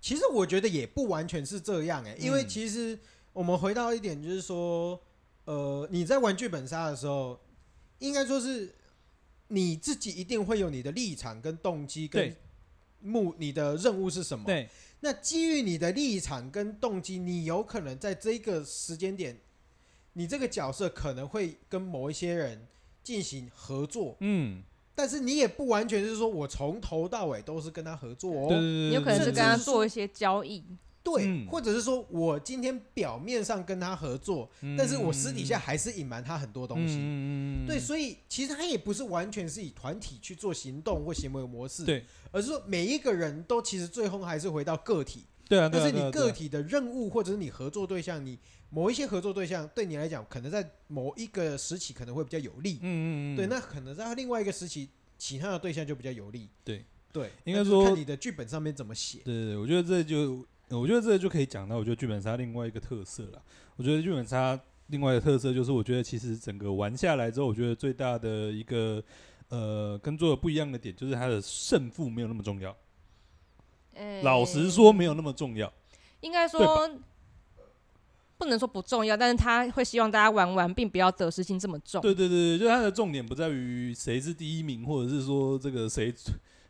A: 其实我觉得也不完全是这样哎、因为
B: 嗯
A: 其实我们回到一点，就是说，呃，你在玩剧本杀的时候，应该说是你自己一定会有你的立场跟动机跟
B: 对
A: 目，你的任务是什么？
B: 对，
A: 那基于你的立场跟动机，你有可能在这个时间点，你这个角色可能会跟某一些人进行合作，
B: 嗯，
A: 但是你也不完全是说我从头到尾都是跟他合作哦。
B: 对对对，
C: 你有可能
A: 甚
C: 是跟
A: 至
C: 他
A: 是
C: 做一些交易，
A: 对，
B: 嗯
A: 或者是说我今天表面上跟他合作，但是我私底下还是隐瞒他很多东西。
B: 嗯
A: 对，所以其实他也不是完全是以团体去做行动或行为模式，
B: 对，
A: 而是说每一个人都其实最后还是回到个体，
B: 对啊，
A: 但是你个体的任务或者是你合作对象，你某一些合作对象对你来讲，可能在某一个时期可能会比较有利，
B: 嗯嗯嗯，
A: 对，那可能在另外一个时期，其他的对象就比较有利，
B: 对
A: 对，那
B: 应该
A: 就是
B: 说
A: 看你的剧本上面怎么写，
B: 对对对，我觉得这就，呃我觉得这就可以讲到，我觉得剧本杀另外一个特色了。我觉得剧本杀另外一个特色就是，我觉得其实整个玩下来之后，我觉得最大的一个呃跟做的不一样的点，就是它的胜负没有那么重要。
C: 呃
B: 老实说，没有那么重要。
C: 应该
B: 对
C: 说不能说不重要，但是他会希望大家玩完，并不要得失心这么重。
B: 对对对，对就是它的重点不在于谁是第一名，或者是说这个谁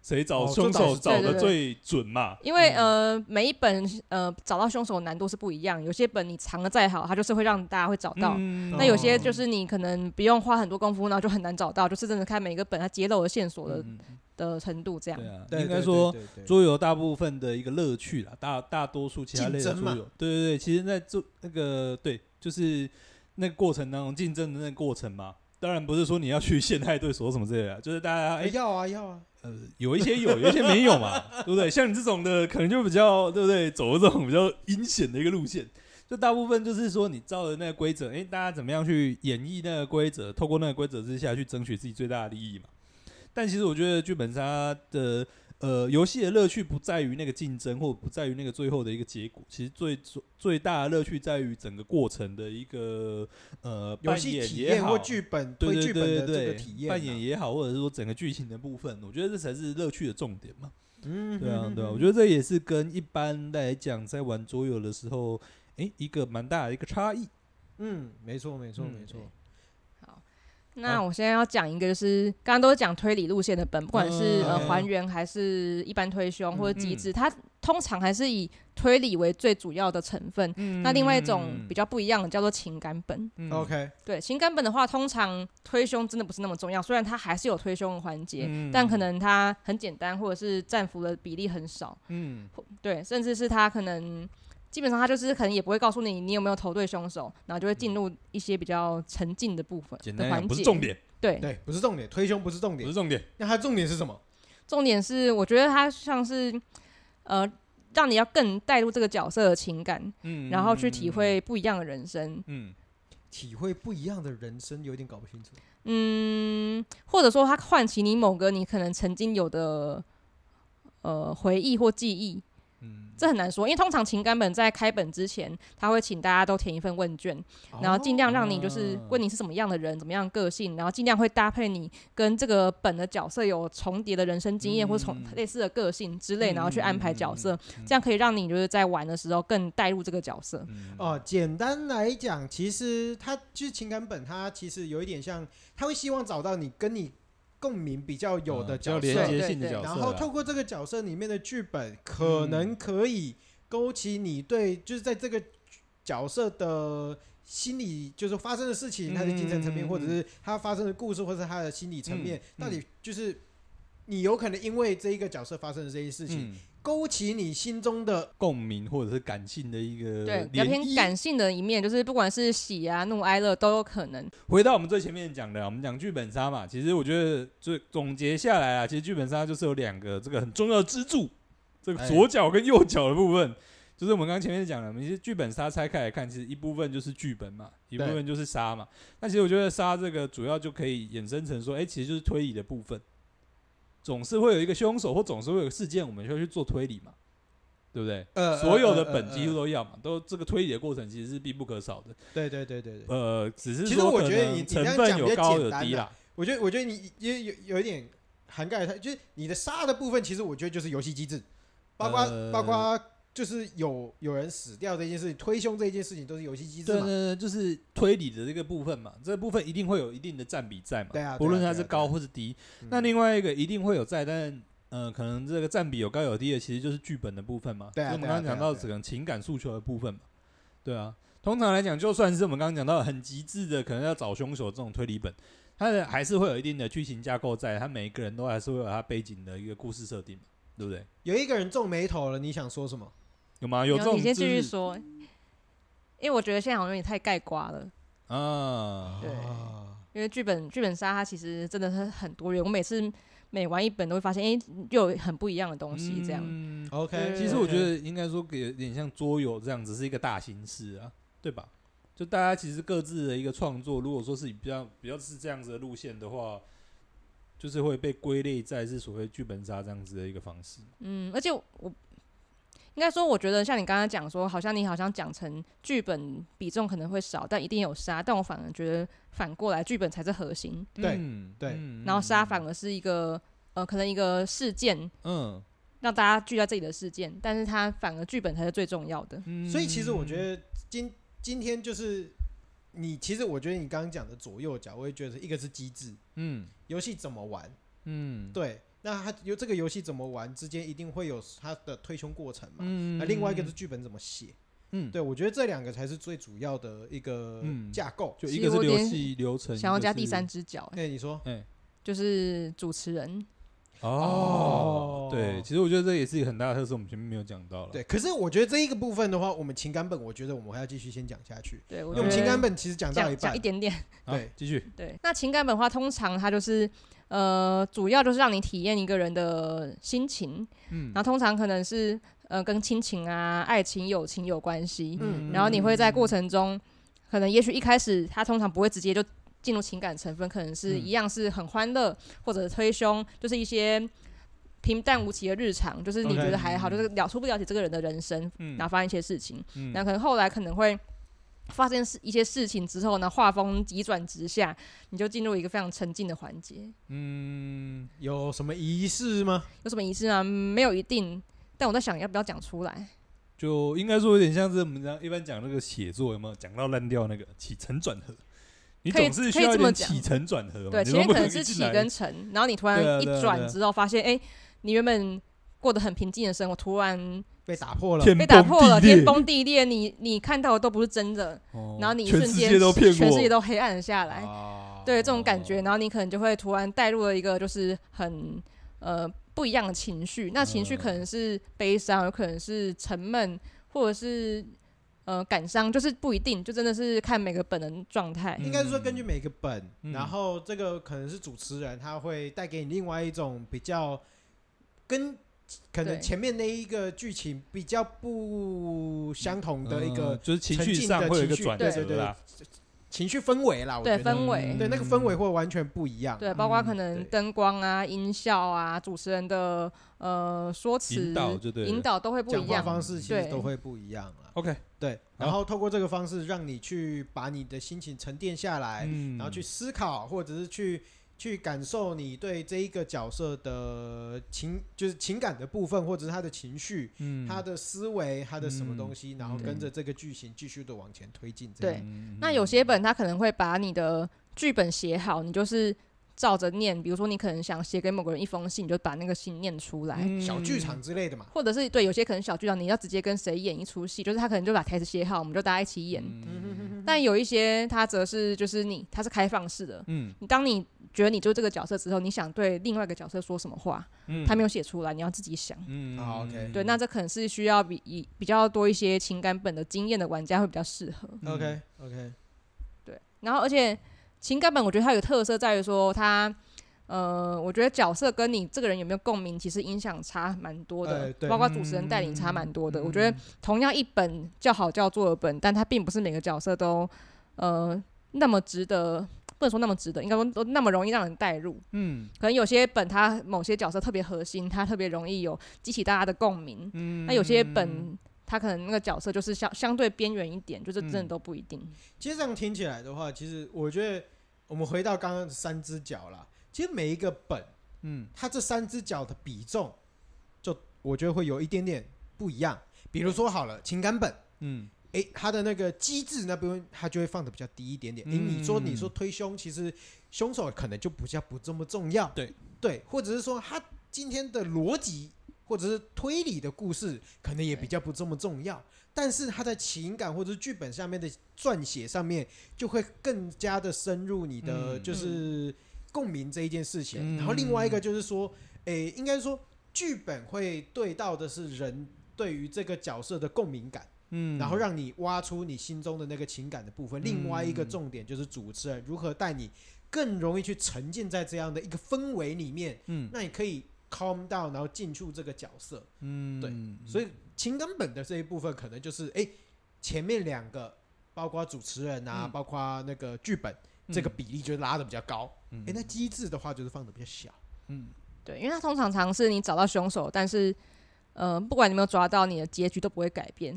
B: 谁找
A: 哦
B: 凶
A: 这倒
B: 手
A: 是
B: 找
C: 对
B: 的
C: 对
B: 最准嘛。
C: 因为、
B: 嗯
C: 呃，每一本呃找到凶手的难度是不一样，有些本你藏的再好，它就是会让大家会找到。
B: 嗯
C: 那有些就是你可能不用花很多功夫，然后就很难找到，就是真的看每个本它揭露的线索的、
B: 嗯嗯
C: 的程度这样
B: 对。啊，
A: 对
B: 应该
A: 对
B: 说
A: 对对对
B: 桌游大部分的一个乐趣啦，大大多数其他类的
A: 竞争嘛
B: 桌游，对对对，其实在做那个对，就是那个过程当中竞争的那个过程嘛。当然不是说你要去陷害对手什么之类的啊，就是大家哎、
A: 哎要啊要啊，
B: 呃有一些有， 有一些没有嘛，对不对？像你这种的可能就比较对不对，走这种比较阴险的一个路线。就大部分就是说你照着那个规则，哎、大家怎么样去演绎那个规则，透过那个规则之下去争取自己最大的利益嘛。但其实我觉得剧本杀的呃游戏的乐趣不在于那个竞争，或不在于那个最后的一个结果，其实最最最大的乐趣在于整个过程的一个呃
A: 游
B: 扮
A: 戏
B: 演
A: 体
B: 也
A: 验
B: 好
A: 或，剧本
B: 对
A: 推
B: 对
A: 剧本
B: 对
A: 的
B: 对
A: 这个
B: 对，
A: 体验啊，
B: 扮演也好，或者是说整个剧情的部分，我觉得这才是乐趣的重点嘛。
A: 嗯，
B: 对啊，对啊，我觉
A: 得
B: 得这也是跟一般来讲在玩桌游的时候，诶，一个蛮大的一个差异。
A: 嗯，没错没错
B: 嗯
A: 没错，
C: 好，那我现在要讲一个，就是刚刚都是讲推理路线的本，不管是、
B: 嗯
C: 呃还原还是一般推凶或者机制，
B: 嗯
C: 它通常还是以推理为最主要的成分。
B: 嗯
C: 那另外一种比较不一样的叫做情感本，
B: 嗯
A: OK，
C: 对情感本的话，通常推凶真的不是那么重要，虽然它还是有推凶的环节，
B: 嗯
C: 但可能它很简单，或者是战俘的比例很少，
B: 嗯
C: 对，甚至是他可能基本上他就是可能也不会告诉你你有没有投对凶手，然后就会进入一些比较沉浸的部分
B: 简
C: 的
B: 单
C: 环
B: 讲
C: 节。
B: 不是重，点，
C: 对，
A: 对，不是重点，推胸不是重
B: 不
A: 点
B: 是，重点。
A: 那它重点是什么？
C: 重点是我觉得他像是呃，让你要更带入这个角色的情感，
B: 嗯，
C: 然后去体会不一样的人生。
B: 嗯。
A: 体会不一样的人生，有点搞不清楚。
C: 嗯，或者说他唤起你某个你可能曾经有的呃回忆或记忆，
B: 嗯，
C: 这很难说，因为通常情感本在开本之前，他会请大家都填一份问卷，然后尽量让你
B: 哦
C: 就是问你是什么样的人，怎么样的个性，然后尽量会搭配你跟这个本的角色有重叠的人生经验、或者重
B: 嗯
C: 类似的个性之类，然后去安排角色，
B: 嗯
C: 这样可以让你就是在玩的时候更带入这个角色。
B: 嗯
A: 哦，简单来讲，其实他就是情感本，他其实有一点像，他会希望找到你跟你共鸣比较有的
B: 比
A: 角
B: 较嗯连
A: 色，
B: 接性的
C: 对对
B: 角色啊
A: 然
B: 啦，
A: 后透过这个角色里面的剧本，可能可以勾起你对就是在这个角色的心理，就是发生的事情，
B: 嗯
A: 他的精神层面，
B: 嗯
A: 或者是他发生的故事，或者是他的心理层面，
B: 嗯
A: 到底就是你有可能因为这一个角色发生的这些事情，
B: 嗯
A: 勾起你心中的
B: 共鸣或者是感性的一个
C: 对，
B: 涟
C: 比较偏
B: 漪
C: 感性的一面，就是不管是喜啊、怒、哀、乐都有可能。
B: 回到我们最前面讲的啊，我们讲剧本杀嘛，其实我觉得最总结下来啊，其实剧本杀就是有两个这个很重要的支柱，这个
A: 哎
B: 左脚跟右脚的部分，就是我们刚刚前面讲了，我们其实剧本杀拆开来看，其实一部分就是剧本嘛，一部
A: 对
B: 分就是杀嘛。那其实我觉得杀这个主要就可以衍生成说，哎、其实就是推理的部分，总是会有一个凶手或总是会有个事件，我们就要去做推理嘛，对不对？
A: 呃
B: 所有的
A: 呃
B: 本
A: 呃
B: 几乎
A: 呃
B: 都要嘛，都这个推理的过程其实是必不可少的。
A: 对对对对对。
B: 呃，只是
A: 其实
B: 说
A: 我
B: 可
A: 觉得
B: 能
A: 你你
B: 成
A: 这样
B: 分
A: 讲比
B: 有
A: 较
B: 高
A: 简
B: 有
A: 单啊
B: 低
A: 啦
B: 啦，
A: 我觉得，我觉得你也有有一点涵盖它，就是你的杀的部分，其实我觉得就是游戏机制，包括、
B: 呃
A: 包括就是有有人死掉这件事情，推凶这件事情都是游戏机制
B: 对
A: 嘛。啊
B: 对对，就是推理的这个部分嘛，这个部分一定会有一定的占比在嘛，
A: 对啊对啊
B: 不论它
A: 对
B: 是
A: 啊对啊
B: 高或是低。
A: 嗯
B: 那另外一个一定会有在，但呃，可能这个占比有高有低的，其实就是剧本的部分嘛，
A: 对啊
B: 就是我们
A: 对啊
B: 刚刚
A: 对啊
B: 讲到
A: 对啊
B: 整个情感诉求的部分嘛，对啊。通常来讲，就算是我们刚刚讲到很极致的，可能要找凶手这种推理本，它的还是会有一定的剧情架构在，它每一个人都还是会有他背景的一个故事设定嘛，对不对？
A: 有一个人皱眉头了，你想说什么？
B: 有吗？有这种
C: 你先继续
B: 就是
C: 说，因为我觉得现在好像有点太盖瓜了。
B: 啊，
C: 对
A: 啊
C: 因为剧本剧本杀它其实真的是很多元，我每次每玩一本都会发现，哎、又有很不一样的东西这样。
B: 嗯
A: ，OK，
B: 其实我觉得应该说给有点像桌游这样，只是一个大形式啊，对吧？就大家其实各自的一个创作，如果说是以比较比较是这样子的路线的话，就是会被归类在是所谓剧本杀这样子的一个方式。
C: 嗯，而且我应该说，我觉得像你刚刚讲说，好像你好像讲成剧本比重可能会少，但一定有杀。但我反而觉得反过来，剧本才是核心，
A: 对
B: 嗯
A: 对
B: 嗯
C: 然后杀反而是一个呃，可能一个事件。
B: 嗯
C: 让大家聚在这里的事件，但是它反而剧本才是最重要的。
B: 嗯
A: 所以其实我觉得今今天就是你，其实我觉得你刚刚讲的左右脚，我也觉得一个是机制，
B: 嗯
A: 游戏怎么玩，
B: 嗯
A: 对，那它有这个游戏怎么玩之间一定会有它的推凶过程嘛？
B: 嗯
A: 那另外一个是剧本怎么写，
B: 嗯
A: 对，我觉得这两个才是最主要的一个
B: 嗯
A: 架构。
B: 就一个是
C: 其实我有
B: 游
C: 点
B: 戏流程，
C: 想要加第三
B: 一个
C: 只脚、
A: 那、你说，
B: 是
C: 就是主持人。
B: 哦
A: 哦
B: 对，其实我觉得这也是一个很大的特色，我们前面没有讲到了。
A: 对，可是我觉得这一个部分的话，我们情感本，我觉得我们还要继续先讲下去，
C: 对我
A: 因为
C: 觉得
A: 我们情感本其实讲到
C: 讲
A: 一
C: 讲
A: 半
C: 一，点点。
B: 好
A: 对
B: 继续。
C: 对，那情感本话通常它就是呃，主要就是让你体验一个人的心情，
B: 嗯
C: 然后通常可能是呃跟亲情啊、爱情、友情有关系，
A: 嗯
C: 然后你会在过程中，可能也许一开始他通常不会直接就。进入情感成分，可能是
B: 嗯
C: 一样是很欢乐，或者推胸，就是一些平淡无奇的日常，就是你
A: OK，
C: 觉得还好
B: 嗯
C: 就是了初步了解这个人的人生，
B: 嗯
C: 然后发生一些事情，
B: 嗯
C: 那可能后来可能会发现是一些事情之后呢，画风急转直下，你就进入一个非常沉静的环节。
B: 嗯，
A: 有什么仪式吗？
C: 有什么仪式啊？没有一定，但我在想要不要讲出来。
B: 就应该说有点像是我们讲一般讲那个写作有没有讲到烂掉那个起承转合，你
C: 可以
B: 总是需要
C: 可以
B: 一
C: 这么
B: 点
C: 讲
B: 起承转合嘛，
C: 对，
B: 你
C: 前
B: 总
C: 面
B: 不
C: 可能
B: 一
C: 是
B: 进
C: 起
B: 来
C: 跟承，然后你突
B: 对啊
C: 然
B: 对啊
C: 一
B: 对啊
C: 转之后，发现哎、诶你原本过得很平静的生活，突然
A: 被打破了，
B: 天
C: 被 打
B: 崩
C: 破了，
B: 地裂
C: 天崩地裂。你你看到的都不是真的，
B: 哦
C: 然后你一
B: 全
C: 瞬
B: 世
C: 间
B: 界都骗
C: 全
B: 我，
C: 世界都黑暗了下来。
B: 啊
C: 对这种感觉，，然后你可能就会突然带入了一个就是很呃不一样的情绪，那情绪
B: 嗯
C: 可能是悲伤，有可能是沉闷，或者是呃感伤，就是不一定，就真的是看每个本人状态。
A: 应该是说根据每个本，
B: 嗯
A: 然后这个可能是主持人，他会带给你另外一种比较跟可能
C: 对
A: 前面那一个剧情比较不相同的一
B: 嗯
A: 个
B: 就是情
A: 沉
B: 绪
C: 嗯
A: 浸
B: 上
A: 的
B: 会有一
A: 情
B: 个
A: 绪
B: 转
A: 对
B: 折
A: 对对
B: 啦，
A: 情绪氛围啦，我
C: 对
A: 觉得
C: 氛围
A: 对那
B: 嗯
A: 个氛围会完全不一样。
C: 对，包括可
A: 对
C: 能灯光啊、音效啊、主持人的呃说辞、
B: 引导就对了
C: 引导都会不
A: 讲
C: 一
A: 话
C: 样。
A: 方式其实
C: 对
A: 都会不一样了。
B: OK，
A: 对，然后透过这个方式让你去把你的心情沉淀下来，
B: 嗯
A: 然后去思考，或者是去去感受你对这一个角色的情，就是情感的部分，或者是他的情绪、
B: 嗯
A: 他的思维、他的什么东西，然后
B: 嗯
A: 跟着这个剧情继续的往前推进。这
C: 对
A: 样，
C: 那有些本他可能会把你的剧本写好，你就是照着念。比如说，你可能想写给某个人一封信，你就把那个信念出
B: 嗯
C: 来。
A: 小剧场之类的嘛。
C: 或者是对有些可能小剧场，你要直接跟谁演一出戏，就是他可能就把台词写好，我们就大家一起
B: 嗯
C: 演。
A: 嗯
C: 但有一些他则是就是你，他是开放式的。
B: 嗯
C: 你当你觉得你就这个角色之后，你想对另外一个角色说什么话，
B: 嗯
C: 他没有写出来，你要自己想。
B: 嗯
A: 好，OK 哦
C: 对，那这可能是需要比以比较多一些情感本的经验的玩家会比较适合。
A: OK OK，
C: 对，然后而且情感本我觉得它有特色在于说它，呃，我觉得角色跟你这个人有没有共鸣，其实影响差蛮多的，
A: 哎对
C: 包括主持人带领差蛮
B: 嗯
C: 多的。我觉得同样一本叫好叫座的本，但它并不是每个角色都呃那么值得。不能说那么值得，应该说都那么容易让人带入。
B: 嗯
C: 可能有些本它某些角色特别核心，它特别容易有激起大家的共鸣。
B: 嗯
C: 那有些本他可能那个角色就是相相对边缘一点，就是真的都不一定。
A: 其实这样听起来的话，其实我觉得我们回到刚刚的三只脚啦，其实每一个本。
B: 嗯
A: 它这三只脚的比重，就我觉得会有一点点不一样。比如说好了，情感本，
B: 嗯
A: 诶，它的那个机制那边它就会放的比较低一点点。诶，
B: 嗯
A: 你说你说推凶，其实凶手可能就比较不这么重要。
B: 对
A: 对，或者是说他今天的逻辑或者是推理的故事，可能也比较不这么重要。但是他在情感或者是剧本上面的撰写上面，就会更加的深入你的
B: 嗯
A: 就是共鸣这一件事情。
B: 嗯
A: 然后另外一个就是说，诶，应该说剧本会对到的是人对于这个角色的共鸣感。
B: 嗯
A: 然后让你挖出你心中的那个情感的部分。另外一
B: 嗯
A: 个重点就是主持人如何带你更容易去沉浸在这样的一个氛围里面，
B: 嗯
A: 那你可以 calm down，然后进入这个角色。
B: 嗯
A: 对
B: 对
A: 所以情感本的这一部分可能就是，哎，前面两个包括主持人啊，
B: 嗯
A: 包括那个剧本，这个比例就拉的比较高。
B: 嗯
A: 哎，那机制的话就是放的比较小。
B: 嗯
C: 对，因为他通常尝试你找到凶手，但是呃，不管你有没有抓到，你的结局都不会改变，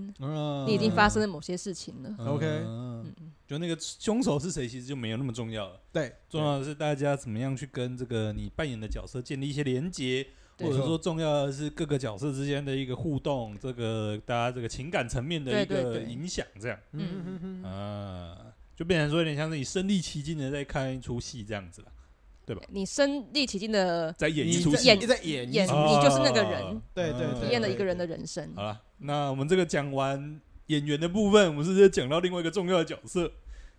C: 你已经发生了某些事情了。
A: OK
B: 嗯嗯就那个凶手是谁，其实就没有那么重要了。
A: 对，
B: 重要的是大家怎么样去跟这个你扮演的角色建立一些连接，或者说重要的是各个角色之间的一个互动，这个大家这个情感层面的一
C: 对对
B: 个
C: 对
B: 影响，这样
A: 嗯哼哼哼
B: 啊，就变成说有点像是你身临其境的在看一出戏这样子了，
C: 你身历其境的
B: 在演
A: 你
B: 一出
A: 在
B: 戏哦
C: 演，
A: 你在演一
C: 演
A: 出
C: 你就是那个人
B: 啊
A: 对对对
C: 体
B: 嗯
C: 验了一个人的人生。
B: 好了，那我们这个讲完演员的部分，我们是不是讲到另外一个重要的角色，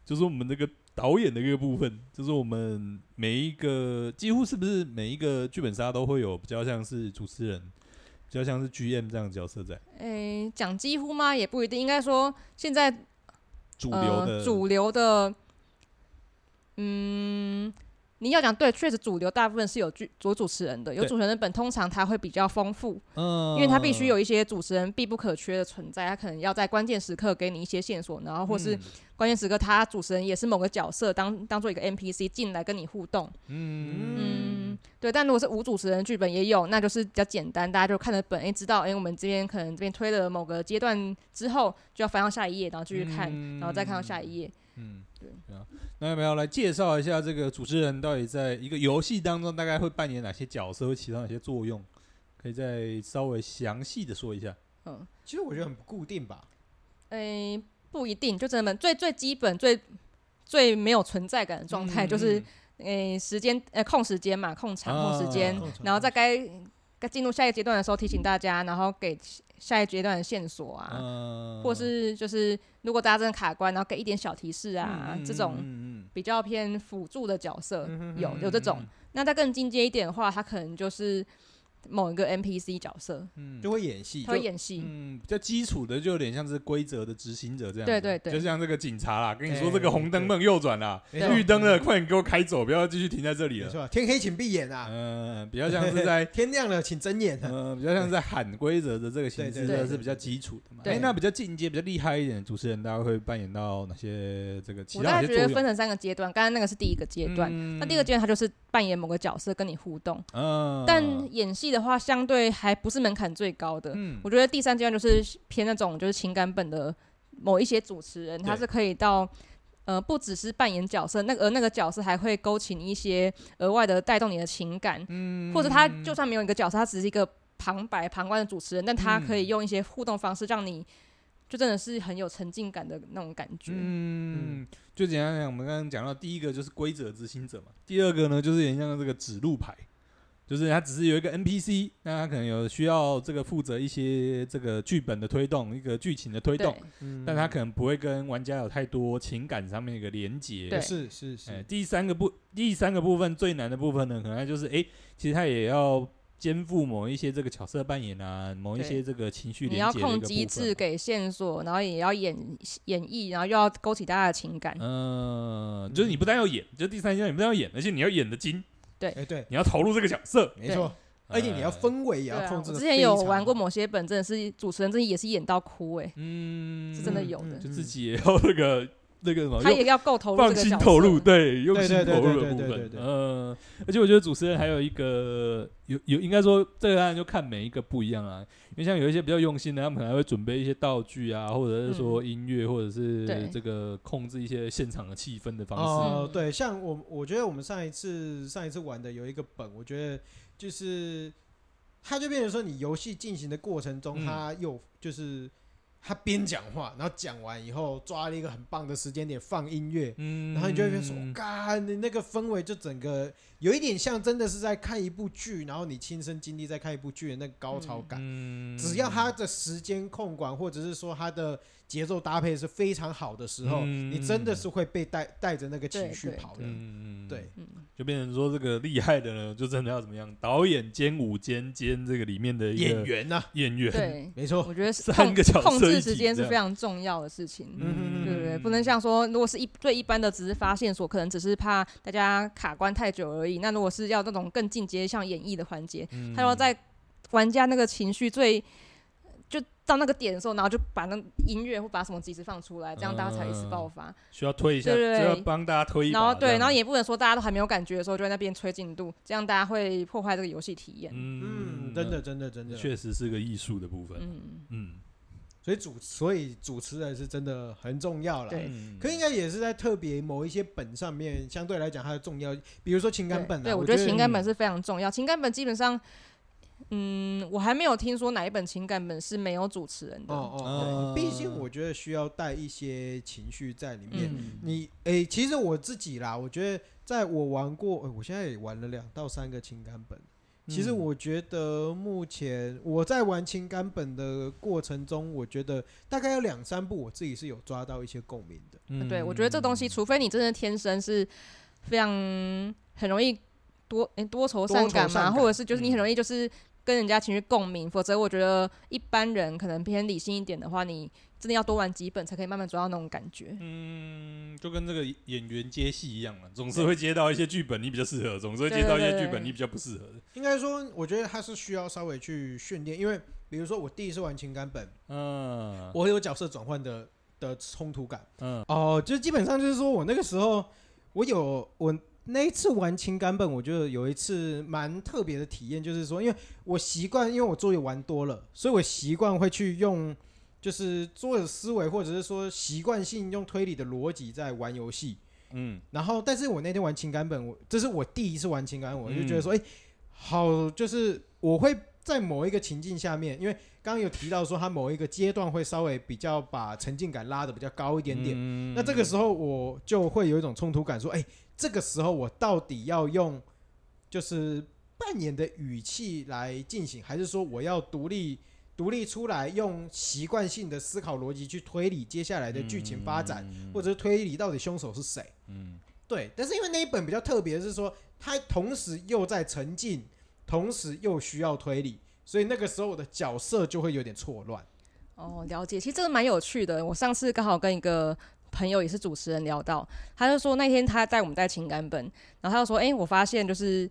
B: 就是我们这个导演的一个部分，就是我们每一个几乎是不是每一个剧本杀都会有比较像是主持人，比较像是 GM 这样的角色在
C: 诶、讲几乎吗？也不一定，应该说现在
B: 主流的、
C: 呃，主流的，嗯，你要讲对，确实主流大部分是有剧有主持人的，有
B: 对
C: 主持人的本通常它会比较丰富，
B: 嗯
C: 因为它必须有一些主持人必不可缺的存在，他可能要在关键时刻给你一些线索，然后或
B: 嗯
C: 是关键时刻他主持人也是某个角色当当做一个 NPC 进来跟你互动，嗯，对。但如果是无主持人的剧本也有，那就是比较简单，大家就看着本，哎、知道，哎、我们这边可能这边推了某个阶段之后，就要翻到下一页，然后继续看，然后再看到下一页。
B: 嗯，对啊。那要不要来介绍一下这个主持人到底在一个游戏当中大概会扮演哪些角色，会起到哪些作用？可以再稍微详细的说一下。
C: 嗯，
A: 其实我觉得很不固定吧。
C: 诶、不一定，就真的最最基本、最最没有存在感的
B: 嗯
C: 状态，就是诶、时间呃控时间嘛，控场、控时间，
B: 啊
A: 控场
C: 然后在该该进入下一个阶段的时候提醒大家，然后给下一阶段的线索啊，
B: 嗯
C: 或是就是如果大家真的卡关，然后给一点小提示啊，这种
B: 嗯
C: 比较偏辅助的角色、
A: 嗯哼哼
C: 有有这种。那再更进阶一点的话，他可能就是某一个 NPC 角色，
B: 嗯
A: 就会演戏，
C: 他会演戏。
B: 嗯，比较基础的就有点像是规则的执行者这样子，
C: 对对对
B: 就像这个警察啦，跟你说
A: 哎
B: 这个红灯不能右转啦，
A: 没
C: 对
A: 错嗯
B: 绿灯了，快点给我开走，不要继续停在这里
A: 没
B: 了。
A: 错，天黑请闭眼啊，
B: 嗯，比较像是在
A: 天亮了请睁眼啊。
B: 呃，比较像在喊规则的这个形
A: 对
B: 式
C: 对
B: 的
C: 对
B: 是比较基础的嘛。
C: 对
B: 哎那比较进阶、比较厉害一点的主持人，大家会扮演到哪些这个其
C: 我
B: 他
C: 大
B: 哪
C: 概
B: 些
C: 觉
B: 作
C: 得
B: 用
C: 分成三个阶段，刚刚那个是第一个阶段，
B: 嗯
C: 那第二个阶段他就是扮演某个角色跟你互动，
B: 嗯，
C: 但演戏的话相对还不是门槛最高的。
B: 嗯
C: 我觉得第三阶段就是偏那种就是情感本的某一些主持人，他
B: 对
C: 是可以到。呃，不只是扮演角色，那呃个而那个角色还会勾起你一些额外的带动你的情感，
B: 嗯
C: 或者他就算没有一个角色，他只是一个旁白、旁观的主持人，但他
B: 嗯
C: 可以用一些互动方式让你就真的是很有沉浸感的那种感觉。
B: 嗯，就简单讲，我们刚刚讲到第一个就是规则执行者嘛，第二个呢就是有点像这个指路牌，就是他只是有一个 NPC，那他可能有需要这个负责一些这个剧本的推动，一个剧情的推动
C: 对，，
A: 嗯
B: 但他可能不会跟玩家有太多情感上面的一个连接。
C: 对
A: 是是是，
B: 哎，第三个部第三个部分最难的部分呢，可能就是哎、其实他也要肩负某一些这个角色扮演啊，某一
C: 对
B: 些这个情绪
C: 你
B: 连
C: 要
B: 接的一
C: 控
B: 个
C: 机
B: 部分
C: 制
B: 嘛。
C: 给线索，然后也要演演绎，然后又要勾起大家的情感。
B: 嗯、就是你不但要演，就第三项你不但要演，而且你要演的精，
A: 哎对，
B: 你要投入这个角色，
A: 没错，而且你要
B: 呃，
A: 氛围也
C: 对
A: 要
C: 啊，我
A: 控制。
C: 之前有玩过，某些本，真的是主持人真的也是演到哭哎、
B: 嗯，
C: 是真的有
A: 嗯
C: 的
B: 就自己也要那个那个什么，
C: 他
B: 哦用
C: 也要够投入这
B: 放
C: 个角
B: 心
C: 色，
B: 投入，对，用
A: 对
B: 心
A: 对对
B: 投入的
A: 对
B: 部
A: 对对
B: 分
A: 对，对
B: 嗯，而且我觉得主持人还有一个有有，应该说这个当然就看每一个不一样啊，因为像有一些比较用心的，他们可能还会准备一些道具啊，或者是说音乐，或者是
C: 嗯对
B: 这个控制一些现场的气氛的方式，
A: 哦、
C: 嗯
A: 对，像我我觉得我们上一次上一次玩的有一个本，我觉得就是它就变成说你游戏进行的过程中，
B: 嗯
A: 它又就是它边讲话，然后讲完以后抓了一个很棒的时间点放音乐。
B: 嗯，
A: 然后你就会觉得说，干，你那个氛围就整个有一点像真的是在看一部剧，然后你亲身经历在看一部剧的那个高潮感。
B: 嗯
A: 只要他的时间控管，或者是说他的节奏搭配是非常好的时候，
B: 嗯
A: 你真的是会被带带着那个情
C: 对
A: 绪
C: 对
A: 跑的。
B: 嗯，
A: 对，
C: 嗯，
B: 就变成说这个厉害的呢，就真的要怎么样，导演兼舞兼兼这个里面的一个
A: 演员呐、
B: 演员，
C: 对，
A: 没错，
C: 我觉得是
B: 三
C: 控
B: 个角色
C: 控制
B: 一起
C: 时间
B: 这
C: 是
B: 样
C: 非常重要的事情。
A: 嗯
C: 对不对？不能像说，如果是一最一般的，只是发线索，可能只是怕大家卡关太久而已。那如果是要那种更进阶，像演绎的环节，
B: 嗯，
C: 他要在玩家那个情绪最就到那个点的时候，然后就把那音乐或把什么及时放出来，这样大家才一次爆发。
B: 需要推一下，
C: 对对
B: 就要
C: 对
B: 帮大家推嗯一把这
C: 然后
B: 样子，
C: 对，然后也不能说大家都还没有感觉的时候就在那边催进度，这样大家会破坏这个游戏体验。
B: 嗯
A: 嗯，真的，真的，真的。
B: 确实是个艺术的部分，
C: 嗯，
B: 嗯，
A: 所以主所以主持人是真的很重要了。
C: 对
B: 嗯
A: 可应啊该也是在特别某一些本上面，相对来讲它的重要，比如说情感本啊。
C: 对，我
A: 觉
C: 觉得情感
B: 嗯
C: 本是非常重要。情感本基本上，嗯，我还没有听说哪一本情感本是没有主持人的。
A: 哦哦哦
B: 嗯，
A: 毕竟我觉得需要带一些情绪在里面。
C: 嗯
A: 你诶、其实我自己啦，我觉得在我玩过，诶我现在也玩了两到三个情感本。其实
B: 嗯
A: 我觉得目前我在玩情感本的过程中，我觉得大概有两三部我自己是有抓到一些共鸣的。
B: 嗯
C: 对，我觉得这东西，除非你真的天生是非常很容易多、诶多愁善
A: 多
C: 感
A: 愁善
C: 嘛，
A: 感嗯
C: 或者是就是你很容易就是跟人家情绪共鸣，否则我觉得一般人可能偏理性一点的话，你真的要多玩几本才可以慢慢抓到那种感觉。
B: 嗯，就跟这个演员接戏一样嘛，总是会接到一些剧本你比较适合，总是会接到一些剧本你比较不适合的，
A: 应该说，我觉得它是需要稍微去训练，因为比如说我第一次玩情感本，
B: 嗯，
A: 我有角色转换的的冲突感。
B: 嗯
A: 哦，就基本上就是说我那个时候，我有我那一次玩情感本，我觉得有一次蛮特别的体验，就是说，因为我习惯，因为我桌游玩多了，所以我习惯会去用就是桌游思维，或者是说习惯性用推理的逻辑在玩游戏。
B: 嗯，
A: 然后，但是我那天玩情感本，我这是我第一次玩情感本，我就
B: 嗯
A: 觉得说，哎、好，就是我会在某一个情境下面，因为刚刚有提到说，它某一个阶段会稍微比较把沉浸感拉的比较高一点点。
B: 点
A: 那这个时候我就会有一种冲突感，说，哎、这个时候我到底要用就是扮演的语气来进行，还是说我要独立独立出来，用习惯性的思考逻辑去推理接下来的剧情发展，，或者是推理到底凶手是谁？
B: 嗯
A: 对，但是因为那一本比较特别，是说它同时又在沉浸，同时又需要推理，所以那个时候我的角色就会有点错乱。
C: 哦，了解。其实这个蛮有趣的。我上次刚好跟一个朋友也是主持人聊到，他就说那天他带我们带情感本，然后他就说：“哎、我发现就是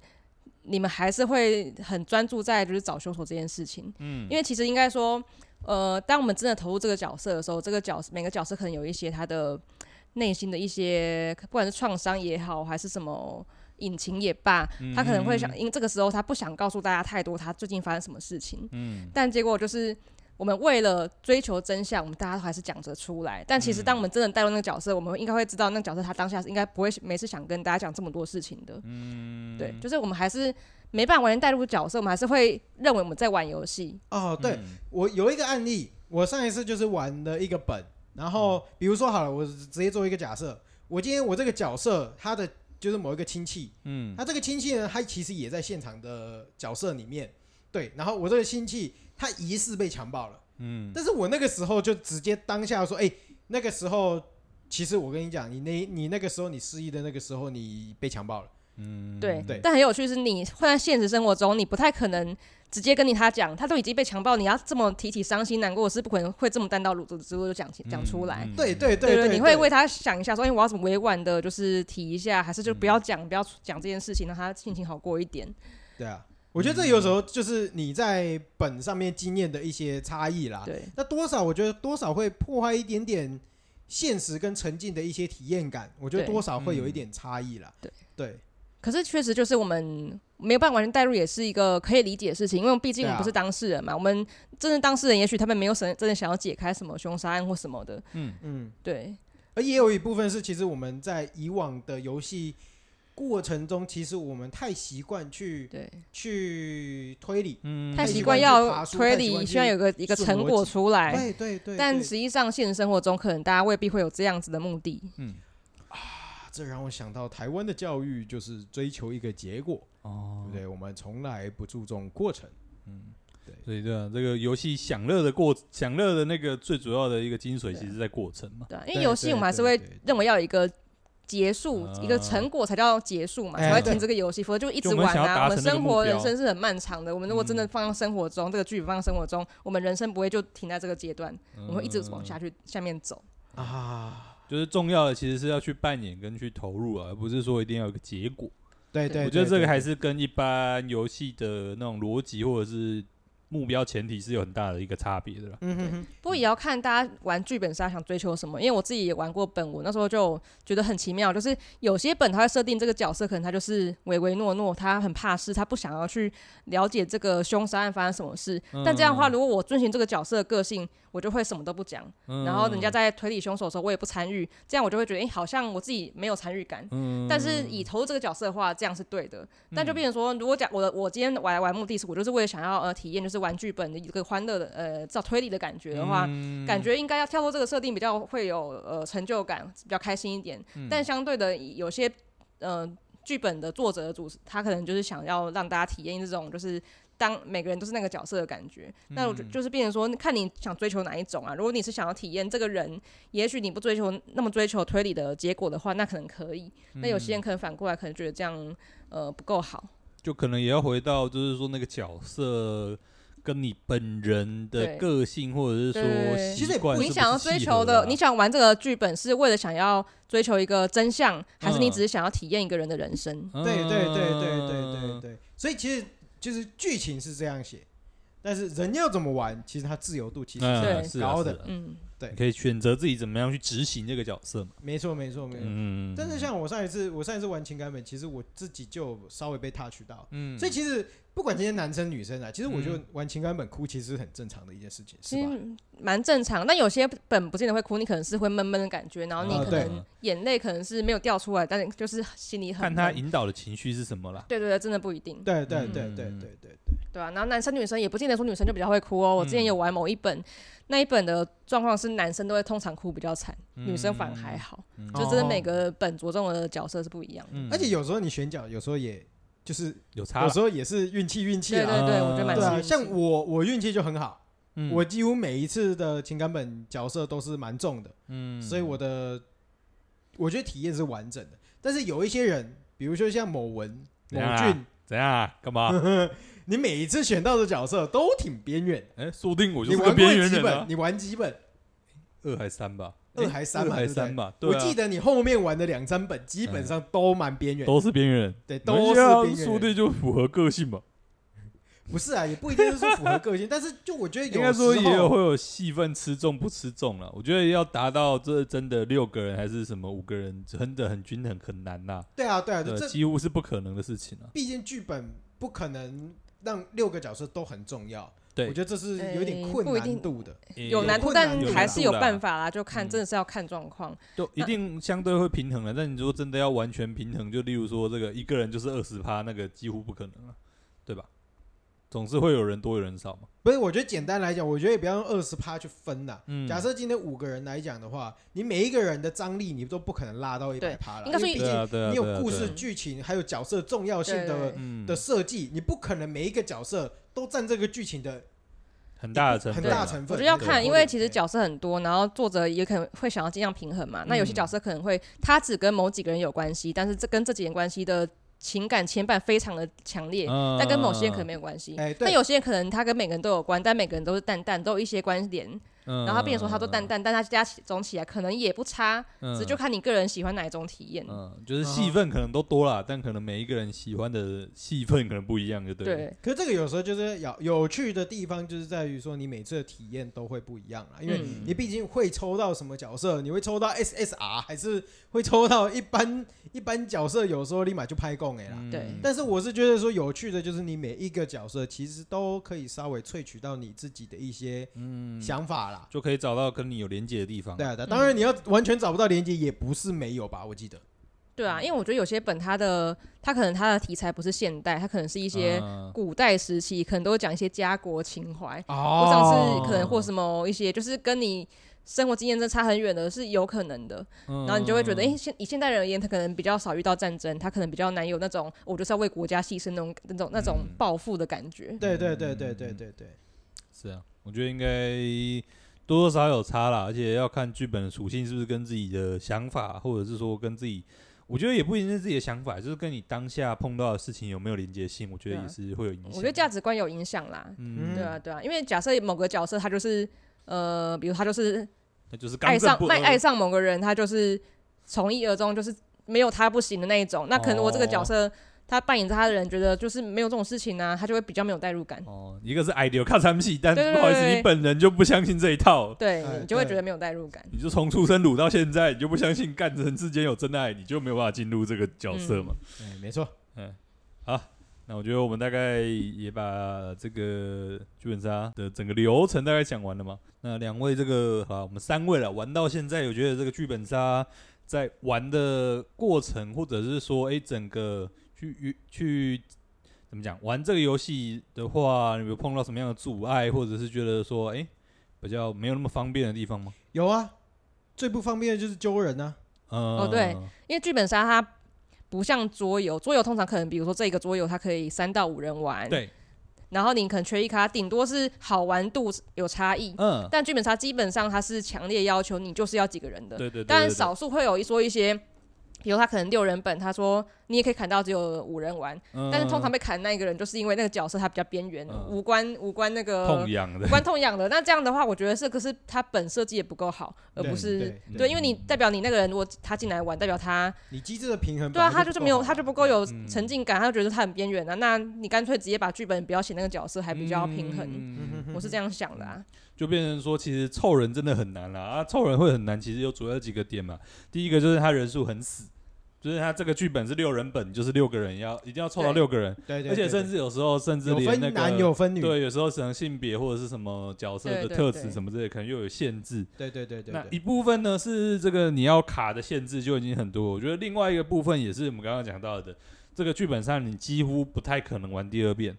C: 你们还是会很专注在就是找凶手这件事情，嗯，因为其实应该说，呃，当我们真的投入这个角色的时候，这个角每个角色可能有一些他的内心的一些，不管是创伤也好，还是什么。”隐情也罢，他可能会想，因为这个时候他不想告诉大家太多他最近发生什么事情，嗯，但结果就是我们为了追求真相，我们大家都还是讲着出来。但其实，当我们真的带入那个角色，我们应该会知道那个角色他当下是应该不会没事想跟大家讲这么多事情的。嗯，对，就是我们还是没办法完全带入角色，我们还是会认为我们在玩游戏。
A: 哦，对、我有一个案例，我上一次就是玩了一个本，然后比如说好了，我直接做一个假设，我今天我这个角色他的就是某一个亲戚，嗯，他这个亲戚呢，他其实也在现场的角色里面，对，然后我这个亲戚他疑似被强暴了，嗯，但是我那个时候就直接当下说，哎、那个时候其实我跟你讲，你那你那个时候你失忆的那个时候你被强暴了，
C: 对，
A: 对
C: 但很有趣是你会在现实生活中，你不太可能直接跟你他讲，他都已经被强暴，你要这么提起伤心难过，是不可能会这么单刀入直入就讲起讲出
B: 嗯
C: 来。
A: 对对
C: 对
A: 对，
C: 你会为他想一下说，哎，我要怎么委婉的，就是提一下，还是就不要讲，不要讲这件事情，让他心情好过一点。
A: 对啊，我觉得这有时候就是你在本上面经验的一些差异啦。
C: 对，
A: 那多少我觉得多少会破坏一点点现实跟沉浸的一些体验感，我觉得
C: 对嗯
A: 多少会有一点差异啦。
C: 对
A: 对
C: 可是确实就是我们没有办法完全代入，也是一个可以理解的事情，因为毕竟我们
A: 对啊
C: 不是当事人嘛。我们真的当事人，也许他们没有真真的想要解开什么凶杀案或什么的。
A: 嗯，
C: 对，
A: 而也有一部分是其实我们在以往的游戏过程中，其实我们太习惯去
C: 对，
A: 去推理，
C: 太
B: 嗯
A: 习
C: 习惯
A: 惯去
C: 要
A: 爬树嗯
C: 推
A: 太习惯
C: 理，
A: 去
C: 希望有个一个
A: 顺
C: 成
A: 逻
C: 果
A: 辑
C: 出来。
A: 对对对，
C: 哎但
A: 对
C: 实际上，现实生活中可能大家未必会有这样子的目的。
A: 啊这让我想到台湾的教育就是追求一个结果，对
B: 哦
A: 不，对？我们从来不注重过程。
B: 所以对啊，这个游戏享乐的过享乐的那个最主要的一个精髓，其实在过程嘛。
C: 对啊，因为
A: 对
C: 游戏
A: 对
C: 我们还是
A: 对
C: 会
A: 对对
C: 认为要有一个结束，一个
B: 啊
C: 成果才叫结束嘛，
A: 哎
C: 才会
A: 对
C: 停这个游戏，否则就一
B: 就
C: 直
B: 我们
C: 玩
B: 想要
C: 啊。
B: 达
C: 我们
B: 成那个
C: 生
B: 目
C: 活人
B: 标嗯
C: 生是很漫长的，我们如果真的放到生活中，这个剧本放到生活中，我们人生不会就停在这个阶段，我们会一直往下去下面走。
A: 啊，
B: 就是重要的其实是要去扮演跟去投入啊，而不是说一定要有个结果。
A: 对对，
B: 我觉得这个还
A: 是
B: 是跟一般游戏的那种逻辑或者是目标前提是有很大的一个差别的啦。
A: 嗯哼哼，
C: 不过也要看大家玩剧本杀想追求什么，因为我自己也玩过本，我那时候就觉得很奇妙，就是有些本它会设定这个角色可能他就是唯唯诺诺，他很怕事，他不想要去了解这个凶杀案发生什么事。但这样的话，如果我遵循这个角色的个性，我就会什么都不讲，然后人家在推理凶手的时候我也不参与，这样我就会觉得，哎、好像我自己没有参与感。但是以投入这个角色的话，这样是对的。但就变成说，如果讲我的我今天玩来玩目的是我就是为了想要呃体验就是玩剧本的一个欢乐的呃找推理的感觉的话，感觉应该要跳脱这个设定比较会有呃成就感，比较开心一点。但相对的，有些呃剧本的作者的主他可能就是想要让大家体验这种就是。当每个人都是那个角色的感觉，那我就就是变成说，看你想追求哪一种啊。如果你是想要体验这个人，也许你不追求那么追求推理的结果的话，那可能可以。
A: 嗯
C: 那有些人可能反过来可能觉得这样呃不够好。
B: 就可能也要回到，就是说那个角色跟你本人的
C: 对
B: 个性，或者是说
C: 对
A: 其实也
B: 习
A: 不管
B: 惯是不
C: 你
B: 是
C: 想要追
B: 契
C: 求
B: 合
C: 的，
B: 啊
C: 你想玩这个剧本是为了想要追求一个真相，还是你
B: 嗯
C: 只是想要体验一个人的人生？
A: 对对对对对对
B: 嗯
A: 对，所以其实就是剧情是这样写，但是人要怎么玩，其实它自由度其实
B: 嗯
C: 对
B: 是
A: 是很
B: 啊
A: 高
B: 是
A: 的，
B: 啊
C: 嗯，
B: 你可以选择自己怎么样去执行这个角色嘛。
A: 没错没错没错。
B: 嗯，
A: 但是像我上一次，我上一次玩情感本，其实我自己就稍微被 touch 到，
B: 嗯
A: 所以其实不管今天男生女生啊，其实我觉得玩情感本哭其实是很正常的一件事情，是
C: 其
A: 吧？
C: 实嗯蛮正常。但有些本不见得会哭，你可能是会闷闷的感觉，然后你
A: 啊
C: 可
A: 对
C: 能眼泪可能是没有掉出来，但是就是心里很
B: 看他
C: 闷
B: 引导的情绪是什么啦。
C: 对对对，真的不一定。
A: 对对对
B: 嗯
A: 对对对对，
C: 对啊，然后男生女生也不见得说女生就比较会哭哦。我之前
B: 嗯
C: 有玩某一本，那一本的状况是男生都会通常哭比较惨，
A: 嗯
C: 女生反而还好，就真的
A: 哦
C: 每个本着重的角色是不一样的。
B: 嗯
A: 而且有时候你选角，有时候也就是
B: 有差
A: 有
B: 啦，
A: 时候也是运气运气
C: 对
A: 啦，
C: 对对，我觉得蛮
A: 对啊，
C: 幸运
A: 像我我运气就很好。
B: 嗯
A: 我几乎每一次的情感本角色都是蛮重的，
B: 嗯
A: 所以我的我觉得体验是完整的。但是有一些人，比如说像某文、某
B: 怎样啊
A: 俊，
B: 怎样啊？干嘛？
A: 嗯 你每一次选到的角色都挺边缘，
B: 哎、说不定我就
A: 你
B: 是个
A: 玩过
B: 边缘
A: 几
B: 人啊
A: 本？。你玩几本？
B: 二还三吧，
A: 二
B: 哎
A: 还三
B: 二
A: 嘛
B: 还
A: 对不对
B: 三吧，
A: 我
B: 对啊
A: 记得你后面玩的两三本基本上都蛮边缘，
B: 都是边缘人，
A: 对，
B: 没
A: 都是
B: 事啊
A: 边
B: 说不
A: 缘人。
B: 定就符合个性吧。
A: 不是啊，也不一定是说符合个性，但 是就我觉得有
B: 应该说
A: 时
B: 也
A: 候
B: 有会有戏份吃重不吃重了。我觉得要达到这真的六个人还是什么五个人，真的很均衡很难呐、
A: 对啊，对啊，
B: 对，
A: 这
B: 几乎是不可能的事情啊。
A: 毕竟剧本不可能让六个角色都很重要，
B: 对
A: 我觉得这是有点
C: 哎
A: 困
C: 不一
A: 难
C: 定
A: 度的。
C: 有难度，
A: 困难
C: 但
A: 有难
C: 还是有
B: 度啦
C: 办法啦，就看
B: 嗯
C: 真的是要看状况。
B: 就一定相对会平衡了。但你如果真的要完全平衡，就例如说这个一个人就是二十趴，那个几乎不可能了，对吧？总是会有人多有人少嘛。
A: 不是，我觉得简单来讲，我觉得也不要用二十趴去分呐、
B: 嗯
A: 假设今天五个人来讲的话，你每一个人的张力你都不可能拉到一百
C: 对
A: 趴了，
C: 应该说
A: 因为毕
B: 对啊，
A: 竟
B: 对啊，
A: 你
B: 对
A: 有
B: 啊
A: 故
B: 对啊
A: 事
C: 对啊
A: 剧情还有角色重要性的
C: 对
B: 嗯
A: 的设计，你不可能每一个角色都占这个剧情的
B: 很大的成
A: 很
B: 分，啊
A: 大成
C: 我
A: 分。
C: 觉得要
A: 对
C: 看，因为其实
A: 对
C: 角色很多，然后作者也可能会想要尽量平衡嘛。那有些
A: 嗯
C: 角色可能会他只跟某几个人有关系，但是这跟这几人关系的情感牵绊非常的强烈，
B: 嗯
C: 但跟某些人可能没有关系。
A: 哎对
C: 但有些人可能他跟每个人都有关，但每个人都是淡淡，都有一些关联。
B: 嗯
C: 然后他变成说他都
A: 嗯
C: 淡，淡，但他加起总起来可能也不差，
B: 嗯
C: 只是就看你个人喜欢哪一种体验。
B: 嗯，就是戏份可能都多啦，但可能每一个人喜欢的戏份可能不一样，就对了。
C: 对，
A: 可是这个有时候就是有有趣的地方，就是在于说你每次的体验都会不一样啦，啊因为
C: 嗯
A: 你毕竟会抽到什么角色，你会抽到 SSR 还是会抽到一般一般角色，有时候立马就拍供哎啦。
B: 嗯
C: 对
A: 但是我是觉得说有趣的就是你每一个角色其实都可以稍微萃取到你自己的一些
B: 嗯，
A: 想法啦。
B: 就可以找到跟你有连接的地方。
A: 对啊，对啊当然你要完全找不到连接也不是没有吧，我记得。
C: 对啊，因为我觉得有些本它的它可能它的题材不是现代，它可能是一
B: 一
C: 些
B: 啊
C: 古代时期，可能都会讲一些家国情怀。
A: 哦
C: 我上次可能
B: 哦
C: 或什么一些，就是跟你生活经验真的差很远的，是有可能的。
B: 然
C: 然后你就会
B: 嗯
C: 觉得，哎、现以现代人而言，他可能比较少遇到战争，他可能比较难有那种我就是要为国家牺牲那种那种那种
B: 嗯
C: 报复的感觉。
A: 对对对对对对对，
B: 是啊，我觉得应该多多少少有差啦，而且要看剧本的属性是不是跟自己的想法，或者是说跟自己，我觉得也不一定是自己的想法，就是跟你当下碰到的事情有没有连接性，我觉得也是会有影响。
C: 啊我觉得价值观有影响啦。
B: 嗯，
C: 对啊，对啊，因为假设某个角色他就是呃，比如他就是
B: 那就是刚
C: 爱
B: 正
C: 上
B: 不阿
C: 爱爱上某个人，他就是从一而终，就是没有他不行的那一种。那可
B: 哦
C: 能我这个角色。他扮演着他的人觉得就是没有这种事情啊，他就会比较没有代入感，
B: 哦，一个是 idea 看三戏，但
C: 对对
B: 不好意思，
C: 对
B: 你本人就不相信这一套，
C: 对
A: 哎
C: 你就会
A: 对
C: 觉得没有代入感。嗯
B: 你就从出生卤到现在，你就不相信干人之间有真爱，你就没有办法进入这个角色嘛。
A: 哎，没错。
B: 那我觉得我们大概也把这个剧本杀的整个流程大概讲完了嘛。那两位这个啊，我们三位了，玩到现在，我觉得这个剧本杀在玩的过程，或者是说，哎、整个去去怎么讲玩这个游戏的话，你有碰到什么样的阻碍，或者是觉得说，哎、比较没有那么方便的地方吗？
A: 有啊，最不方便的就是揪人啊。
B: 嗯、
C: 哦对因为剧本杀它不像桌游，桌游通常可能比如说这个桌游它可以三到五人玩，
B: 对，
C: 然后你可能缺一卡，顶多是好玩度有差异。
B: 嗯，
C: 但剧本杀基本上它是强烈要求你就是要几个人的，
B: 对对对对
C: 但
B: 对
C: 少数会有一说一些，比如他可能六人本，他说你也可以砍到只有五人玩，但是通常被砍的那一个人就是因为那个角色他比较边缘，
B: 嗯
C: 无关无关那
B: 嗯
C: 个
B: 痛痒的
C: 无，关痛痒的。那这样的话，我觉得这个是他本设计也不够好，而不是
A: 对
C: 对，因为你代表你那个人，如果他进来玩，代表他
A: 你机制的平衡
C: 对
A: 本
C: 啊，
A: 来不够好，
C: 他就是没有，他就不够有
B: 嗯
C: 沉浸感，他就觉得他很边缘啊。那你干脆直接把剧本不要写那个角色，还比较平衡。
B: 嗯
A: 嗯。
C: 我是这样想的啊，
B: 就变成说，其实凑人真的很难啦啊！凑人会很难，其实有主要几个点嘛。第一个就是他人数很死，就是他这个剧本是六人本，就是六个人要一定要凑到
C: 对
B: 六个人，
A: 对对，
B: 而且甚
A: 至
B: 至有时候甚至
A: 有
B: 连那
A: 分男有
B: 个
A: 分女，
B: 对，有时候可能性别或者是什么角色
C: 对
B: 的
C: 对
B: 特
C: 对
B: 质什么之类，可能又有限制。
A: 对对对对
B: 那
A: 对，
B: 一部分呢是这个你要卡的限制就已经很多，我觉得另外一个部分也是我们刚刚讲到的，这个剧本上你几乎不太可能玩第二遍。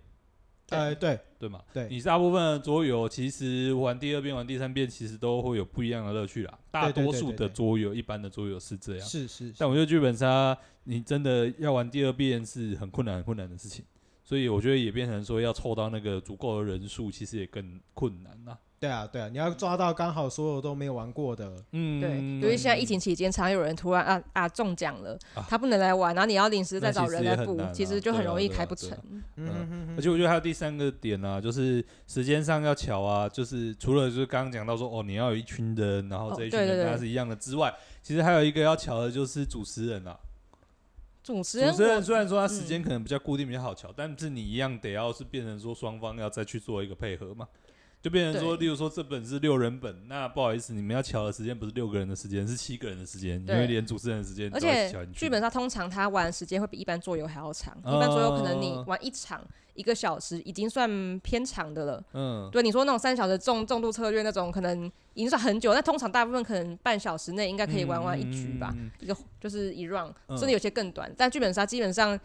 A: 呃对
B: 对嘛？
A: 对
B: 你大部分的桌游其实玩第二遍、玩第三遍，其实都会有不一样的乐趣啦。大
A: 对对对
B: 多数
A: 对
B: 的
A: 对
B: 桌游，一般的桌游是这样。
A: 是是，
B: 啊但我觉得剧本杀，你真的要玩第二遍是很困难、很困难的事情。所以我觉得也变成说，要凑到那个足够的人数，其实也更困难啦。
A: 对啊，对啊，你要抓到刚好所有都没有玩过的，
B: 嗯，
C: 对，由于现在疫情期间，常有人突然啊啊中奖了
B: 啊，
C: 他不能来玩，然后你要临时再
B: 那
C: 找
B: 其实
C: 人
B: 也
C: 来
B: 很
C: 补
B: 难啊，
C: 其实就
B: 对
C: 很
B: 啊
C: 容易
B: 对啊
C: 开不
B: 对
C: 成
B: 啊。
A: 嗯
B: 而且我觉得还有第三个点啊，就是时间上要巧啊，就是除了就是刚刚讲到说哦，你要有一群人，然后
C: 哦
B: 这一群
C: 对
B: 人
C: 对对
B: 大家是一样的之外，其实还有一个要巧的就是主持人啊。
C: 主持人
B: 主持人
C: 我嗯
B: 虽然说他时间可能比较固定比较好瞧，但是你一样得要是变成说双方要再去做一个配合嘛，就变成说，例
C: 对
B: 如说这本是六人本，那不好意思，你们要瞧的时间不是六个人的时间，是七个人的时间，因
C: 对
B: 为连主持人的时间都
C: 而
B: 要
C: 且
B: 瞧进去
C: 剧本杀通常他玩的时间会比一般桌游还要长，
B: 哦
C: 一般桌游可能你玩一场一个小时已经算偏长的了。
B: 嗯，
C: 对你说那种三小时重重度策略那种，可能已经算很久，但通常大部分可能半小时内应该可以玩完一局吧，
B: 嗯
C: 一个就是一 round，
B: 嗯
C: 甚至有些更短。但剧本杀基本上，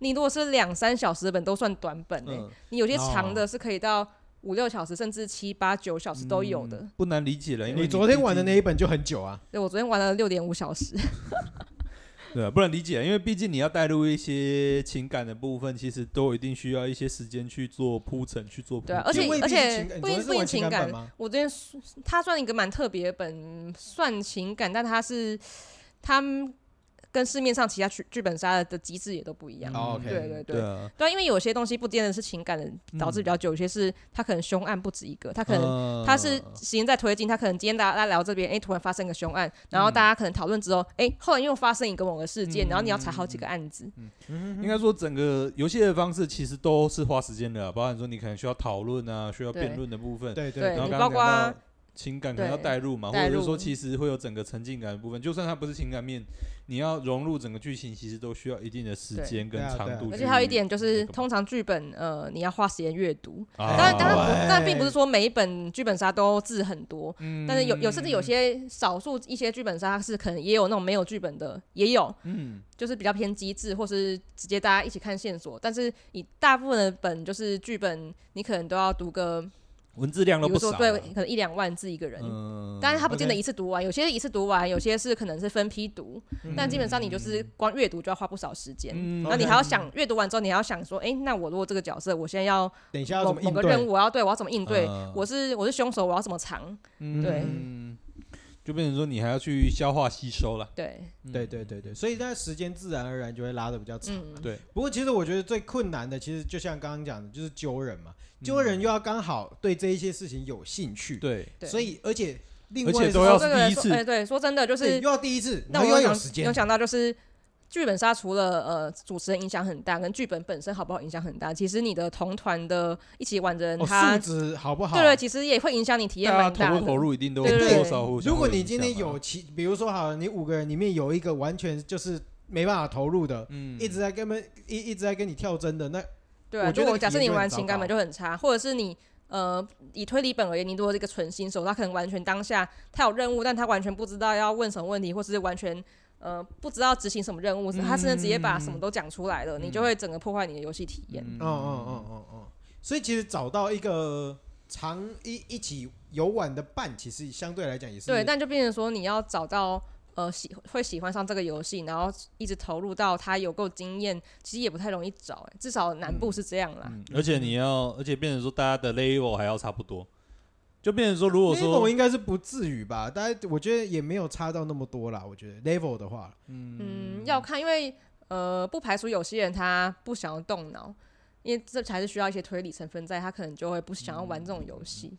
C: 你如果是两三小时的本都算短本欸诶、
B: 嗯
C: 你有些长的是可以到五六小时，甚至七八九小时都有的。
B: 嗯不难理解了。因为
A: 你昨天玩的
B: 毕竟
A: 那一本就很久啊，
C: 对我昨天玩了六点五小时，
B: 对啊，不能理解，因为毕竟你要带入一些情感的部分，其实都一定需要一些时间去做铺陈，去做铺
C: 对
B: 垫。
C: 啊，而且
A: 未必
C: 而
A: 是
C: 且
A: 情感
C: 不
A: 你昨
C: 一
A: 天是
C: 不一
A: 玩
C: 定
A: 情感
C: 情感
A: 本吗，
C: 我昨天他算一个蛮特别的本，算情感，但他是他跟市面上其他剧剧本杀的机制也都不一
B: 嗯
C: 样。
A: 哦，OK
C: 嗯对对对
B: 对。啊，
C: 对啊，因为有些东西不见得是情感的导致比较久，有些是他可能凶案不止一个，他可能
B: 能
C: 他是时间在推进，他可能今天大家大家聊到这边，哎、突然发生一个凶案，然后大家可能讨论之后，哎、后来又发生一个某个事件，然后你要查好几个案子，嗯
B: 应该说整个游戏的方式其实都是花时间的啊，包含说你可能需要讨论啊，需要
C: 对
B: 辩论的部分，
A: 对
C: 对
A: 对
B: 然后
C: 你
B: 刚
C: 包
B: 刚讲到
C: 括
B: 情感可能要
C: 对
B: 带入嘛，或
C: 带
B: 者是
C: 入
B: 说其实会有整个沉浸感的部分，就算它不是情感面，你要融入整个剧情，其实都需要一定的时间
A: 对
B: 跟
A: 啊
B: 长
A: 对啊
B: 度去那个嘛。
C: 而且还有一点就是，通常剧本呃你要花时间阅读，
B: 啊，
C: 当然，当然不
A: 对，
C: 但并不是说每一本剧本杀都字很多，
B: 嗯
C: 但是有有甚至有些少数一些剧本杀是可能也有那种没有剧本的，也有，
B: 嗯
C: 就是比较偏机制或是直接大家一起看线索。但是你大部分的本就是剧本，你可能都要读个，
B: 文字量
C: 比
B: 都
C: 如
B: 不
C: 说
B: 少啊，
C: 对，可能一两万字一个人。
B: 嗯，
C: 但是他不见得
A: OK
C: 一次读完，有些一次读完，有些是可能是分批读，但
A: 嗯
C: 基本上你就是光阅读就要花不少时间。
B: 嗯
C: 然后你
A: OK
C: 还要想阅读完之后，你还要想说，哎、那我如果这个角色，我现在要
A: 等一下要
C: 某
A: 怎么
C: 某
A: 应
C: 个任
A: 对？
C: 务，我要对我要怎么应对？
B: 嗯
C: 我是我是凶手，我要怎么藏？对
B: 嗯，就变成说你还要去消化吸收了。
C: 对，
A: 对对对对，所以那时间自然而然就会拉的比较长。
C: 嗯，
B: 对，
A: 不过其实我觉得最困难的，其实就像刚刚讲的，就是揪人嘛，
B: 嗯
A: 揪人又要刚好对这一些事情有兴趣，
B: 对，
C: 对
A: 所以而且另
B: 而且
A: 外的
B: 都
A: 时候
B: 要
C: 这
B: 是
C: 个
B: 第一
C: 说
B: 次
C: 哎、对，说真的，就
A: 对
C: 是
A: 又要第一次，
C: 那
A: 然后又要
C: 我有
A: 有
C: 想
A: 时间
C: 有，想到就是剧本杀除了呃主持人影响很大，跟剧本本身好不好影响很大。其实你的同团的一起玩的人，
A: 哦，
C: 他
A: 素质好不好？
C: 对对，其实也会影响你体验
B: 大
C: 蛮
B: 家
C: 大
B: 投
C: 的。
B: 入投入一定都
C: 对
B: 多
C: 对对
B: 少互相
A: 如果
B: 会
A: 你
B: 影
A: 今
B: 响
A: 天
B: 嘛
A: 有其，比如说好了，你五个人里面有一个完全就是没办法投入的，
B: 嗯
A: 一直在跟们一一直在跟你跳针的，那
C: 对啊，
A: 我觉得
C: 如果
A: 体
C: 假设
A: 验
C: 你
A: 就很
C: 玩
A: 糟
C: 情感
A: 糕
C: 本就很差，或者是你呃以推理本而言，你如果是一个纯新手，他可能完全当下他有任务，但他完全不知道要问什么问题，或是完全。呃，不知道执行什么任务，他甚至直接把什
A: 嗯
C: 么都讲出来了，你就会整个破坏你的游戏体验。
B: 嗯
A: 哦哦哦哦哦，所以其实找到一个常一一起游玩的伴，其实相对来讲也是
C: 对，但就变成说你要找到呃喜会喜欢上这个游戏，然后一直投入到他有够经验，其实也不太容易找、欸，至少南部是这样啦。
B: 嗯而且你要，而且变成说大家的 level 还要差不多，就变成说如果
A: level
B: 说
A: 应该是不至于吧，大家我觉得也没有差到那么多啦。我觉得 level 的话，
C: 嗯，要看，因为呃，不排除有些人他不想要动脑，因为这才是需要一些推理成分在，他可能就会不想要玩这种游戏。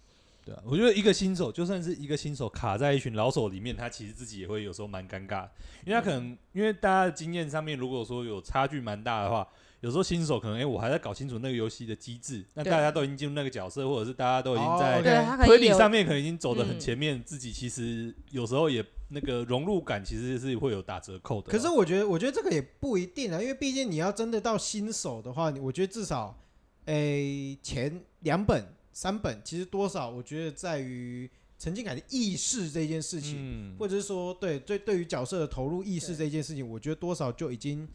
B: 对啊，我觉得一个新手就算是一个新手卡在一群老手里面，他其实自己也会有时候蛮尴尬，因为他可能因为大家的经验上面如果说有差距蛮大的话。有时候新手可能哎、诶我还在搞清楚那个游戏的机制，那
C: 对
B: 大家都已经进入那个角色，或者是大家都已经
A: 哦
B: 在
A: OK
C: 对啊他可
B: 嗯推
C: 能也
B: 理
C: 有
B: 上面可能已经走得很
C: 嗯
B: 前面，自己其实有时候也那个融入感其实是会有打折扣的啊。
A: 可是我觉得我觉得这个也不一定啊，因为毕竟你要真的到新手的话，你我觉得至少诶、前两本三本其实多少，我觉得在于沉浸感的意识这件事情，
B: 嗯
A: 或者是说对对对于角色的投入意识这件事情，我觉得多少就已经。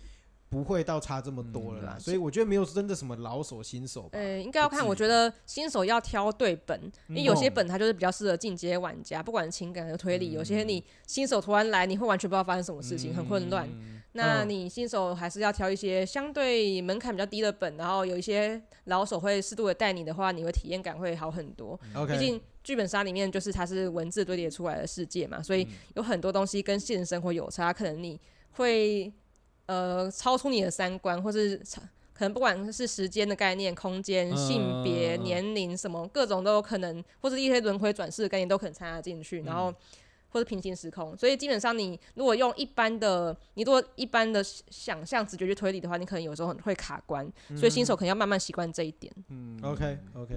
A: 不会到差这么多了啦，
B: 啊
C: 嗯
A: 所以我觉得没有真的什么老手新手吧。
C: 呃，应该要看，
B: 不至于
C: 我觉得新手要挑对本，因为
B: 嗯
C: 有些本它就是比较适合进阶玩家，不管情感和推理，有些你新手突然来，你会完全不知道发生什么事情，很混乱。那
A: 嗯
C: 你新手还是要挑一些相对门槛比较低的本，然后有一些老手会适度的带你的话，你会体验感会好很多。嗯毕
A: OK，
C: 竟剧本杀里面就是它是文字堆叠出来的世界嘛，所以
B: 嗯
C: 有很多东西跟现实生活有差，可能你会呃超出你的三观，或是超可能不管是时间的概念、空间、性别、
A: 嗯嗯嗯嗯
C: 年龄什么各种都有可能，或者一些轮回转世的概念都可能掺杂进去，然后。
A: 嗯
C: 或者平行时空，所以基本上你如果用一般的，你如果一般的想象、直觉去推理的话，你可能有时候很会卡关，所以新
A: 嗯
C: 手可能要慢慢习惯这一点。
B: 嗯
A: OK OK，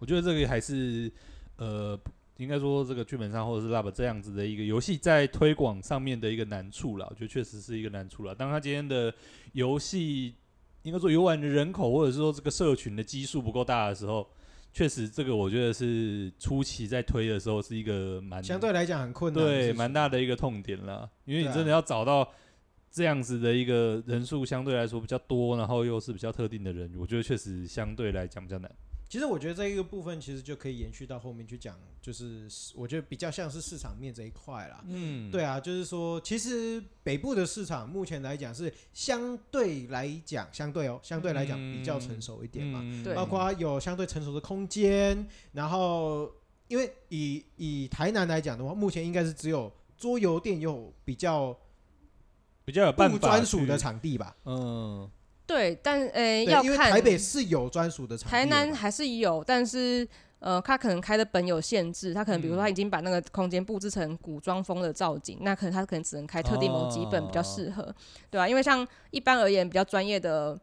B: 我觉得这个还是呃，应该说这个剧本上或者是 Lab 这样子的一个游戏在推广上面的一个难处啦，我觉得确实是一个难处啦。当他今天的游戏应该说游玩的人口或者是说这个社群的基数不够大的时候，确实这个我觉得是初期在推的时候是一个蛮
A: 相对来讲很困难，
B: 对蛮大。的一个痛点啦，因
A: 对
B: 为你
A: 啊
B: 真的要找到。这样子的一个人数相对来说比较多，然后又是比较特定的人，我觉得确实相对来讲比较难。
A: 其实我觉得这一个部分其实就可以延续到后面去讲，就是我觉得比较像是市场面这一块啦。
B: 嗯
A: 对啊，就是说，其实北部的市场目前来讲是相对来讲，相对哦，相对来讲比较成熟一点嘛，
B: 嗯
C: 对
A: 包括有相对成熟的空间，然后因为以以台南来讲的话，目前应该是只有桌游店有比较
B: 比较有办
A: 不
B: 法
A: 专属的
B: 去，
A: 场地吧，
B: 嗯，
C: 对，但呃，
A: 对
C: 要，
A: 因为
C: 看
A: 台北是有专属的场地
C: 台
A: 的嘛，
C: 南还是有，但是呃，他可能开的本有限制，他可能比如说他已经把那个空间布置成古装风的造景，那可能他可能只能开特定某几本比较适合，对啊吧、因为像一般而言比较专业的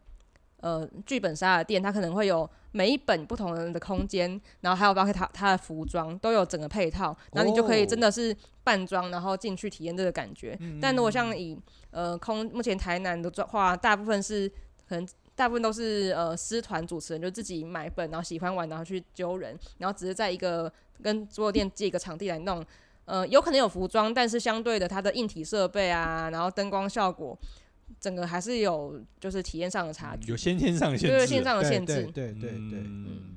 C: 呃剧本杀的店，它可能会有每一本不同人的空间，然后还有包括他他的服装都有整个配套，然后你就可以真的是扮装，然后进去体验这个感觉。但如果像以呃空目前台南的状话，大部分是可能大部分都是呃师团主持人，就自己买本，然后喜欢玩，然后去揪人，然后只是在一个跟桌游店借一个场地来弄。呃，有可能有服装，但是相对的，它的硬体设备啊，然后灯光效果，整个还是有就是体验上的差距，
B: 有先天上的限制
C: 啊对
B: 啊，
C: 对线上的限制。
A: 对对对对对。
B: 嗯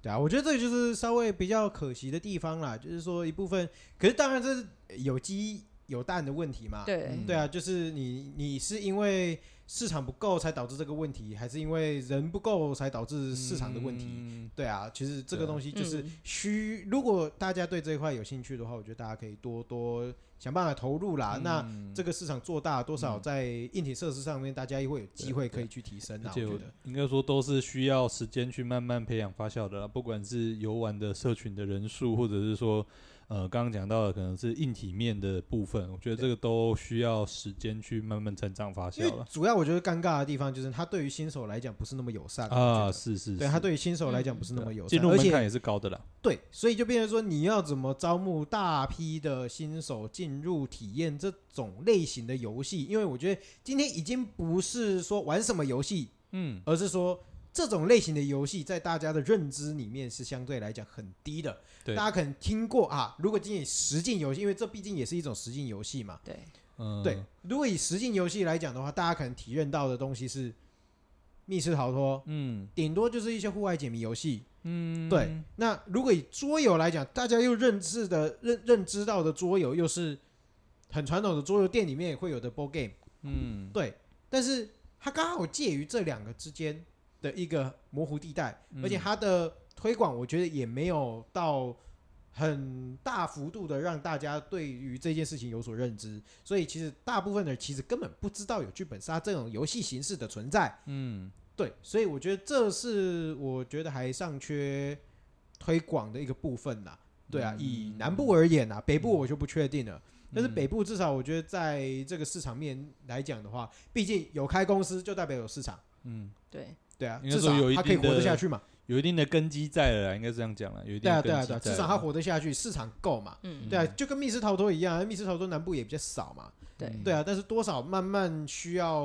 A: 对啊，我觉得这个就是稍微比较可惜的地方啦，就是说一部分，可是当然这是有鸡有蛋的问题嘛。
C: 对，
B: 嗯
A: 对啊，就是你你是因为市场不够才导致这个问题，还是因为人不够才导致市场的问题？
B: 嗯
A: 对啊，其实这个
B: 对啊
A: 东西就是
C: 嗯
A: 需，如果大家对这一块有兴趣的话，我觉得大家可以多多想办法投入啦。那
B: 嗯
A: 这个市场做大多少，在硬体设施上面，大家也会有机
B: 对
A: 会
B: 对
A: 可以去提升
B: 而
A: 啦。我
B: 且
A: 觉
B: 我
A: 得，
B: 应该说都是需要时间去慢慢培养发酵的啦，不管是游玩的社群的人数，或者是说呃刚刚讲到的可能是硬体面的部分，我觉得这个都需要时间去慢慢成长发
A: 因为
B: 酵了
A: 主要我觉得尴尬的地方就是，它对于新手来讲不是那么友善
B: 啊，
A: 我觉得
B: 是是，
A: 对
B: 是
A: 它对于新手来讲不是那
B: 对啊
A: 么友
B: 进
A: 善，
B: 入
A: 而
B: 门
A: 且
B: 槛也是高的啦，
A: 对，所以就变成说，你要怎么招募大批的新手进入体验这种类型的游戏？因为我觉得今天已经不是说玩什么游戏，
B: 嗯，
A: 而是说这种类型的游戏在大家的认知里面是相对来讲很低的。
B: 对
A: 大家可能听过啊，如果仅仅实境游戏，因为这毕竟也是一种实境游戏嘛。
C: 对，
B: 嗯
A: 对，如果以实境游戏来讲的话，大家可能体验到的东西是密室逃脱，
B: 嗯
A: 顶多就是一些户外解谜游戏。
B: 嗯，
A: 对，那如果以桌游来讲，大家又认识的认认知到的桌游，又是很传统的桌游店里面也会有的 board game，
B: 嗯，
A: 对，但是它刚好介于这两个之间的一个模糊地带，而且它的推广，我觉得也没有到很大幅度的让大家对于这件事情有所认知，所以其实大部分的人其实根本不知道有剧本杀这种游戏形式的存在。
B: 嗯
A: 对，所以我觉得这是我觉得还尚缺推广的一个部分啦。对
B: 嗯
A: 啊，以南部而言啊，北部我就不确定了。但是北
B: 嗯
A: 部至少我觉得在这个市场面来讲的话，毕竟有开公司就代表有市场，
B: 嗯。
C: 对，
A: 对啊，
B: 应该
A: 至
B: 说
A: 少
B: 有一
A: 它可以
B: 定
A: 活得
B: 的
A: 下去嘛。
B: 有一定的根基在了啦，应该是这样讲了，有一定
A: 对啊，
B: 的
A: 对
B: 根
A: 啊，对
B: 基在嗯
A: 啊，
B: 了。
A: 至少它活得下去，市场够嘛。
C: 嗯，
A: 对啊，就跟密室逃脱一样啊，密室逃脱南部也比较少嘛。
C: 对
B: 嗯
A: 对啊，但是多少慢慢需要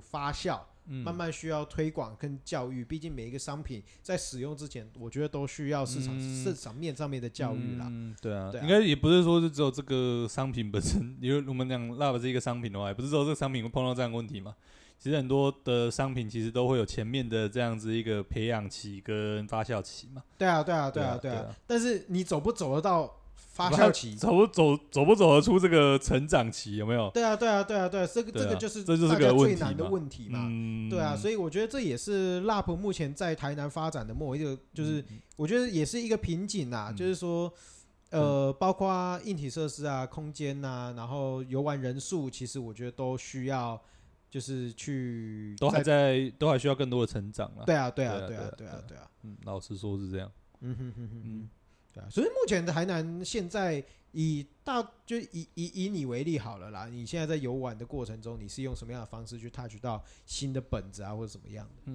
A: 发酵，
B: 嗯
A: 慢慢需要推广跟教育，毕竟每一个商品在使用之前，我觉得都需要市场、
B: 嗯
A: 市场面上面的教育啦。
B: 嗯，对啊
A: 对，啊
B: 应该也不是说就只有这个商品本身，因为我们讲 Love 是一个商品的话，也不是说这个商品会碰到这样的问题嘛。其实很多的商品其实都会有前面的这样子一个培养期跟发酵期嘛。
A: 对啊，对啊，对啊，对
B: 对啊
A: 啊
B: 对啊。
A: 但是你走不走得到发酵期。
B: 走不走走不走得出这个成长期有没有？
A: 对啊，对啊，对啊，对啊，这个这
B: 对
A: 个
B: 啊
A: 就是
B: 这就是
A: 大
B: 个
A: 家
B: 问
A: 最
B: 题
A: 难的
B: 嘛
A: 问题嘛。
B: 嗯
A: 对啊，所以我觉得这也是 LAP 目前在台南发展的某一个，就是我觉得也是一个瓶颈啊，
B: 嗯
A: 就是说，呃，包括硬体设施啊、空间呐、然后游玩人数，其实我觉得都需要，就是去
B: 都还
A: 在
B: 在，都还需要更多的成长了。
A: 对啊，对啊，
B: 对啊
A: 对啊，对
B: 对啊
A: 啊，对啊，
B: 嗯，老实说是这样。
A: 嗯哼哼哼哼
B: 嗯，
A: 对啊，所以目前的台南现在以大就以以以你为例好了啦，你现在在游玩的过程中，你是用什么样的方式去 touch 到新的本子啊，或者怎么样的？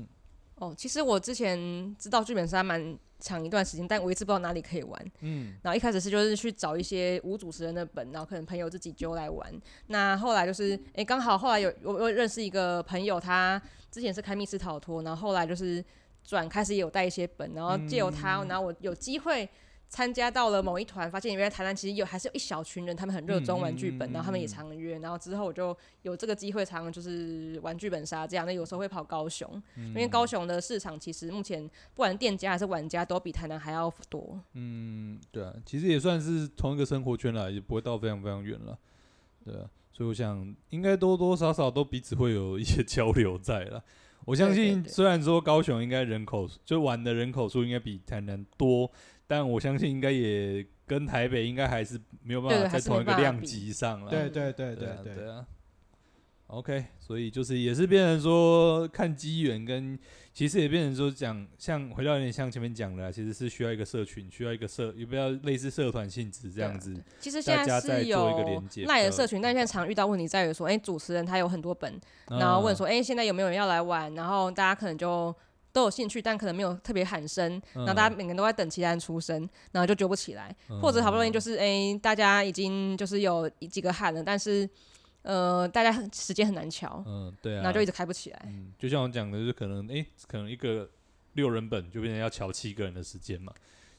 C: 哦，其实我之前知道剧本杀蛮长一段时间，但我一直不知道哪里可以玩。
B: 嗯，
C: 然后一开始是就是去找一些无主持人的本，然后可能朋友自己揪来玩。那后来就是，诶，刚好后来有我我认识一个朋友，他之前是开密室逃脱，然后后来就是转开始也有带一些本，然后借由他，然后我有机会。参加到了某一团，发现原来台南其实有还是有一小群人，他们很热衷玩剧
B: 嗯
C: 本，
B: 嗯嗯
C: 然后他们
B: 嗯
C: 也常约，然后之后我就有这个机会，常常就是玩剧本杀这样。那有时候会跑高雄，因为高雄的市场其实目前不管店家还是玩家都比台南还要多。
B: 嗯，对啊，其实也算是同一个生活圈了，也不会到非常非常远了，对啊，所以我想应该多多少少都彼此会有一些 交流在了。我相
C: 对对
B: 信，
C: 对
B: 虽然说高雄应该人口就玩的人口数应该比台南多，但我相信应该也跟台北应该还是没有办
C: 对
B: 法在
C: 还是
B: 同一
C: 没
B: 个
C: 办法
B: 量
C: 比
B: 级上了。
A: 对对对
B: 对
A: 对
B: 啊
A: 对
B: 对啊。OK，所以就是也是变成说看机缘跟，其实也变成说讲，像回到有点像前面讲的、啊，其实是需要一个社群，需要一个社，也不要类似社团性质这样子。
C: 其实
B: 大
C: 现
B: 家
C: 在
B: 再
C: 是
B: 做
C: 有
B: 一个连接
C: 赖的
B: 的
C: 社群，但现在常遇到问题在于说，哎、主持人他有很多本，
B: 嗯
C: 然后问说，哎、现在有没有人要来玩？然后大家可能就都有兴趣，但可能没有特别喊声，
B: 嗯，
C: 然后大家每个人都在等其他人出声，然后就揪不起来，
B: 嗯
C: 或者好不容易就是，哎、大家已经就是有几个喊了，但是呃，大家时间很难瞧，
B: 嗯，对啊，
C: 然后就一直开不起来。
B: 嗯，就像我讲的，就是可能哎、可能一个六人本就变成要瞧七个人的时间嘛，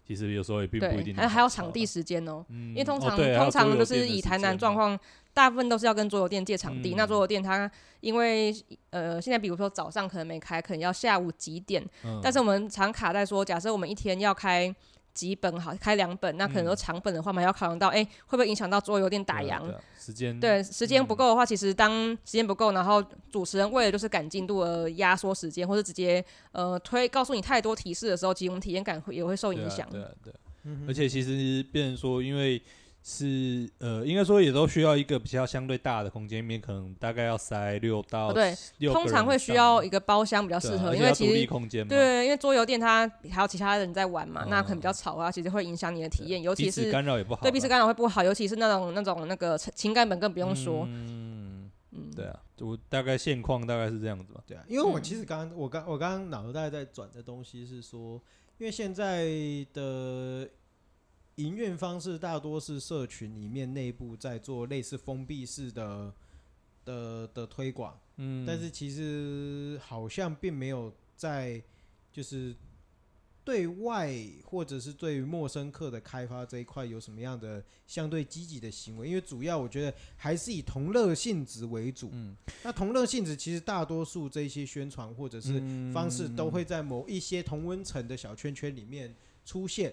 B: 其实有时候也并不一
C: 对，
B: 定，
C: 还还有场地，时间哦、
B: 啊嗯，
C: 因为通
B: 哦
C: 常、
B: 对还有
C: 通常
B: 桌游
C: 就是
B: 店的
C: 以
B: 时
C: 台南
B: 间
C: 状
B: 嘛，
C: 况，大部分都是要跟桌游店借场地。
B: 嗯
C: 那桌游店它因为呃现在比如说早上可能没开，可能要下午几点，
B: 嗯
C: 但是我们常卡在说，假设我们一天要开。几本好开两本，那可能
B: 嗯
C: 都长本的话，我们还要考量到，哎、会不会影响到桌游店打
B: 对啊
C: 烊？
B: 对啊嗯时间，
C: 对，时间不够的话，其实当时间不够，然后主持人为了就是赶进度而压缩时间，或者直接呃推告诉你太多提示的时候，其实我们体验感会也会受
B: 对啊
C: 影响。
B: 对啊对啊
A: 嗯哼
B: 而且其实变成说，因为是呃，应该说也都需要一个比较相对大的空间，里面可能大概要塞六到
C: 哦对
B: 六个人以上，
C: 通常会需要一个包厢比较
B: 对啊
C: 适合，
B: 而且
C: 因为
B: 要
C: 其
B: 独立
C: 实
B: 空间嘛，
C: 对，因为桌游店它还有其他人在玩嘛，
B: 嗯
C: 那可能比较吵啊，其实会影响你的体验，尤
B: 彼
C: 其
B: 此
C: 是
B: 干扰也不好啦，
C: 对彼此干扰会不好，尤其是那种那种那个情情感本更不用说，
B: 嗯，
C: 嗯，
B: 对啊，我大概现况大概是这样子吧，
A: 对啊，因为我
C: 嗯
A: 其实刚刚我刚我刚刚脑袋在转的东西是说，因为现在的营运方式大多是社群里面内部在做类似封闭式的的的推广，
B: 嗯，
A: 但是其实好像并没有在就是对外或者是对于陌生客的开发这一块有什么样的相对积极的行为，因为主要我觉得还是以同乐性质为主。
B: 嗯，
A: 那同乐性质其实大多数这一些宣传或者是
B: 嗯
A: 方式都会在某一些同温层的小圈圈里面出现。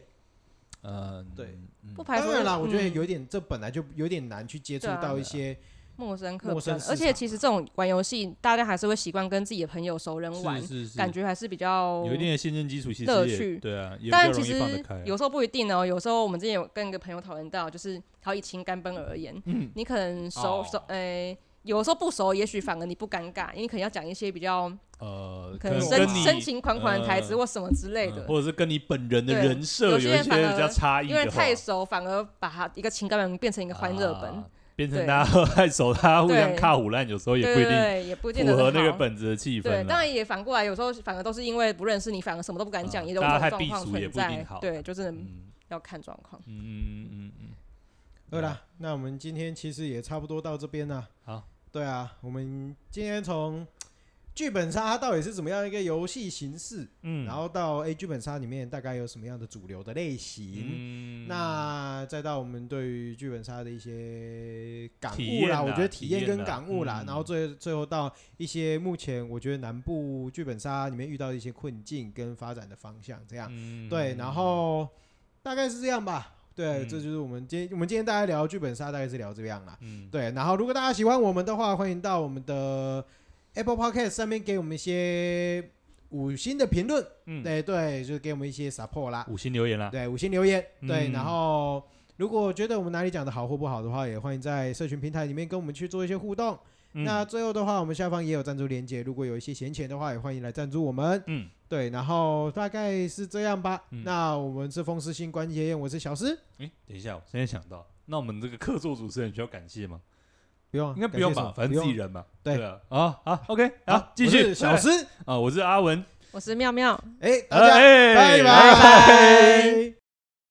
B: 嗯，
A: 对
B: 嗯，
C: 不排除
A: 当然啦，
C: 嗯
A: 我觉得有点这本来就有点难去接触
C: 对啊
A: 到
B: 对
A: 一
B: 啊
A: 些
C: 陌生客比较，
A: 陌生市场
C: 而且其实这种玩游戏，大家还是会习惯跟自己的朋友熟人玩，
B: 是是是，
C: 感觉还是比较
B: 有一定的信任基础，其
C: 乐
B: 实也
C: 趣
B: 对啊，也比较
C: 但其
B: 容易
C: 实
B: 放得开啊，
C: 有时候不一定哦，有时候我们之前有跟一个朋友讨论到，就是好以情感本而言，你可能
B: 嗯
C: 熟
B: 哦
C: 熟，诶、有时候不熟，也许反而你不尴尬，因为你可能要讲一些比较
B: 呃，
C: 可能
A: 跟
C: 深
A: 跟你
C: 深情款款的台词
B: 呃
C: 或什么之类
B: 嗯
C: 的，
B: 或者是跟你本人的
C: 对
B: 人设有
C: 有
B: 一
C: 些
B: 些
C: 人反
B: 比较
C: 而
B: 差异
C: 因为
B: 的话，
C: 太熟反而把它一个情感本变成一个欢乐本，
B: 啊变成
C: 对
B: 大家 太熟，大 家互相
C: 对
B: 看虎烂，有时候也
C: 对
B: 不一
C: 对
B: 定
C: 对，也不一定
B: 符合那个
C: 好。
B: 本啊子的气
C: 对，
B: 氛
C: 当
B: 啦。
C: 然也反过来，有时候反而都是因为不认识你，反而什么都不敢讲，
B: 啊
C: 也有这
B: 大家太
C: 种状
B: 避
C: 况
B: 暑也
C: 存
B: 不一定
C: 在
B: 好。
C: 对，就真的
B: 嗯
C: 要看状况
B: 嗯。嗯嗯嗯，
A: 对啦，那我们今天其实也差不多到这边啦。
B: 好，
A: 对啊，我们今天从剧本杀它到底是怎么样一个游戏形式，
B: 嗯，
A: 然后到诶剧本杀里面大概有什么样的主流的类型，
B: 嗯
A: 那再到我们对于剧本杀的一些感
B: 体
A: 悟
B: 验
A: 啦，
B: 啦
A: 我觉得体验
B: 体验
A: 跟
B: 啦
A: 感悟啦，
B: 嗯
A: 然后最最后到一些目前我觉得南部剧本杀里面遇到的一些困境跟发展的方向，这样。
B: 嗯
A: 对，然后大概是这样吧。对，
B: 嗯
A: 这就是我们今天我们今天大家聊剧本杀，大概是聊这样啦。
B: 嗯，
A: 对，然后如果大家喜欢我们的话，欢迎到我们的 Apple Podcast 上面给我们一些五星的评论，
B: 嗯
A: 对对，就是给我们一些 support 啦，
B: 五星留言啦，
A: 对，五星留言，对，
B: 啊嗯
A: 然后如果觉得我们哪里讲的好或不好的话，也欢迎在社群平台里面跟我们去做一些互动。
B: 嗯
A: 那最后的话，我们下方也有赞助链接，如果有一些闲钱的话，也欢迎来赞助我们。
B: 嗯，
A: 对，然后大概是这样吧。
B: 嗯
A: 那我们是风湿性关节炎，我是小诗，
B: 哎，等一下，我现在想到，那我们这个客座主持人需要感谢吗？
A: 不用啊，
B: 应该不
A: 感谢
B: 用
A: 什
B: 吧
A: 么，
B: 反
A: 不
B: 正自己
A: 用
B: 人嘛。
A: 对
B: 啊，啊，好，OK，好
A: 好，，
B: 继
A: 我
B: 续
A: 是小诗，
B: 啊，我是阿文，
C: 我是妙妙。
A: 哎，大家
B: 哎
A: 拜
B: 拜
A: 拜。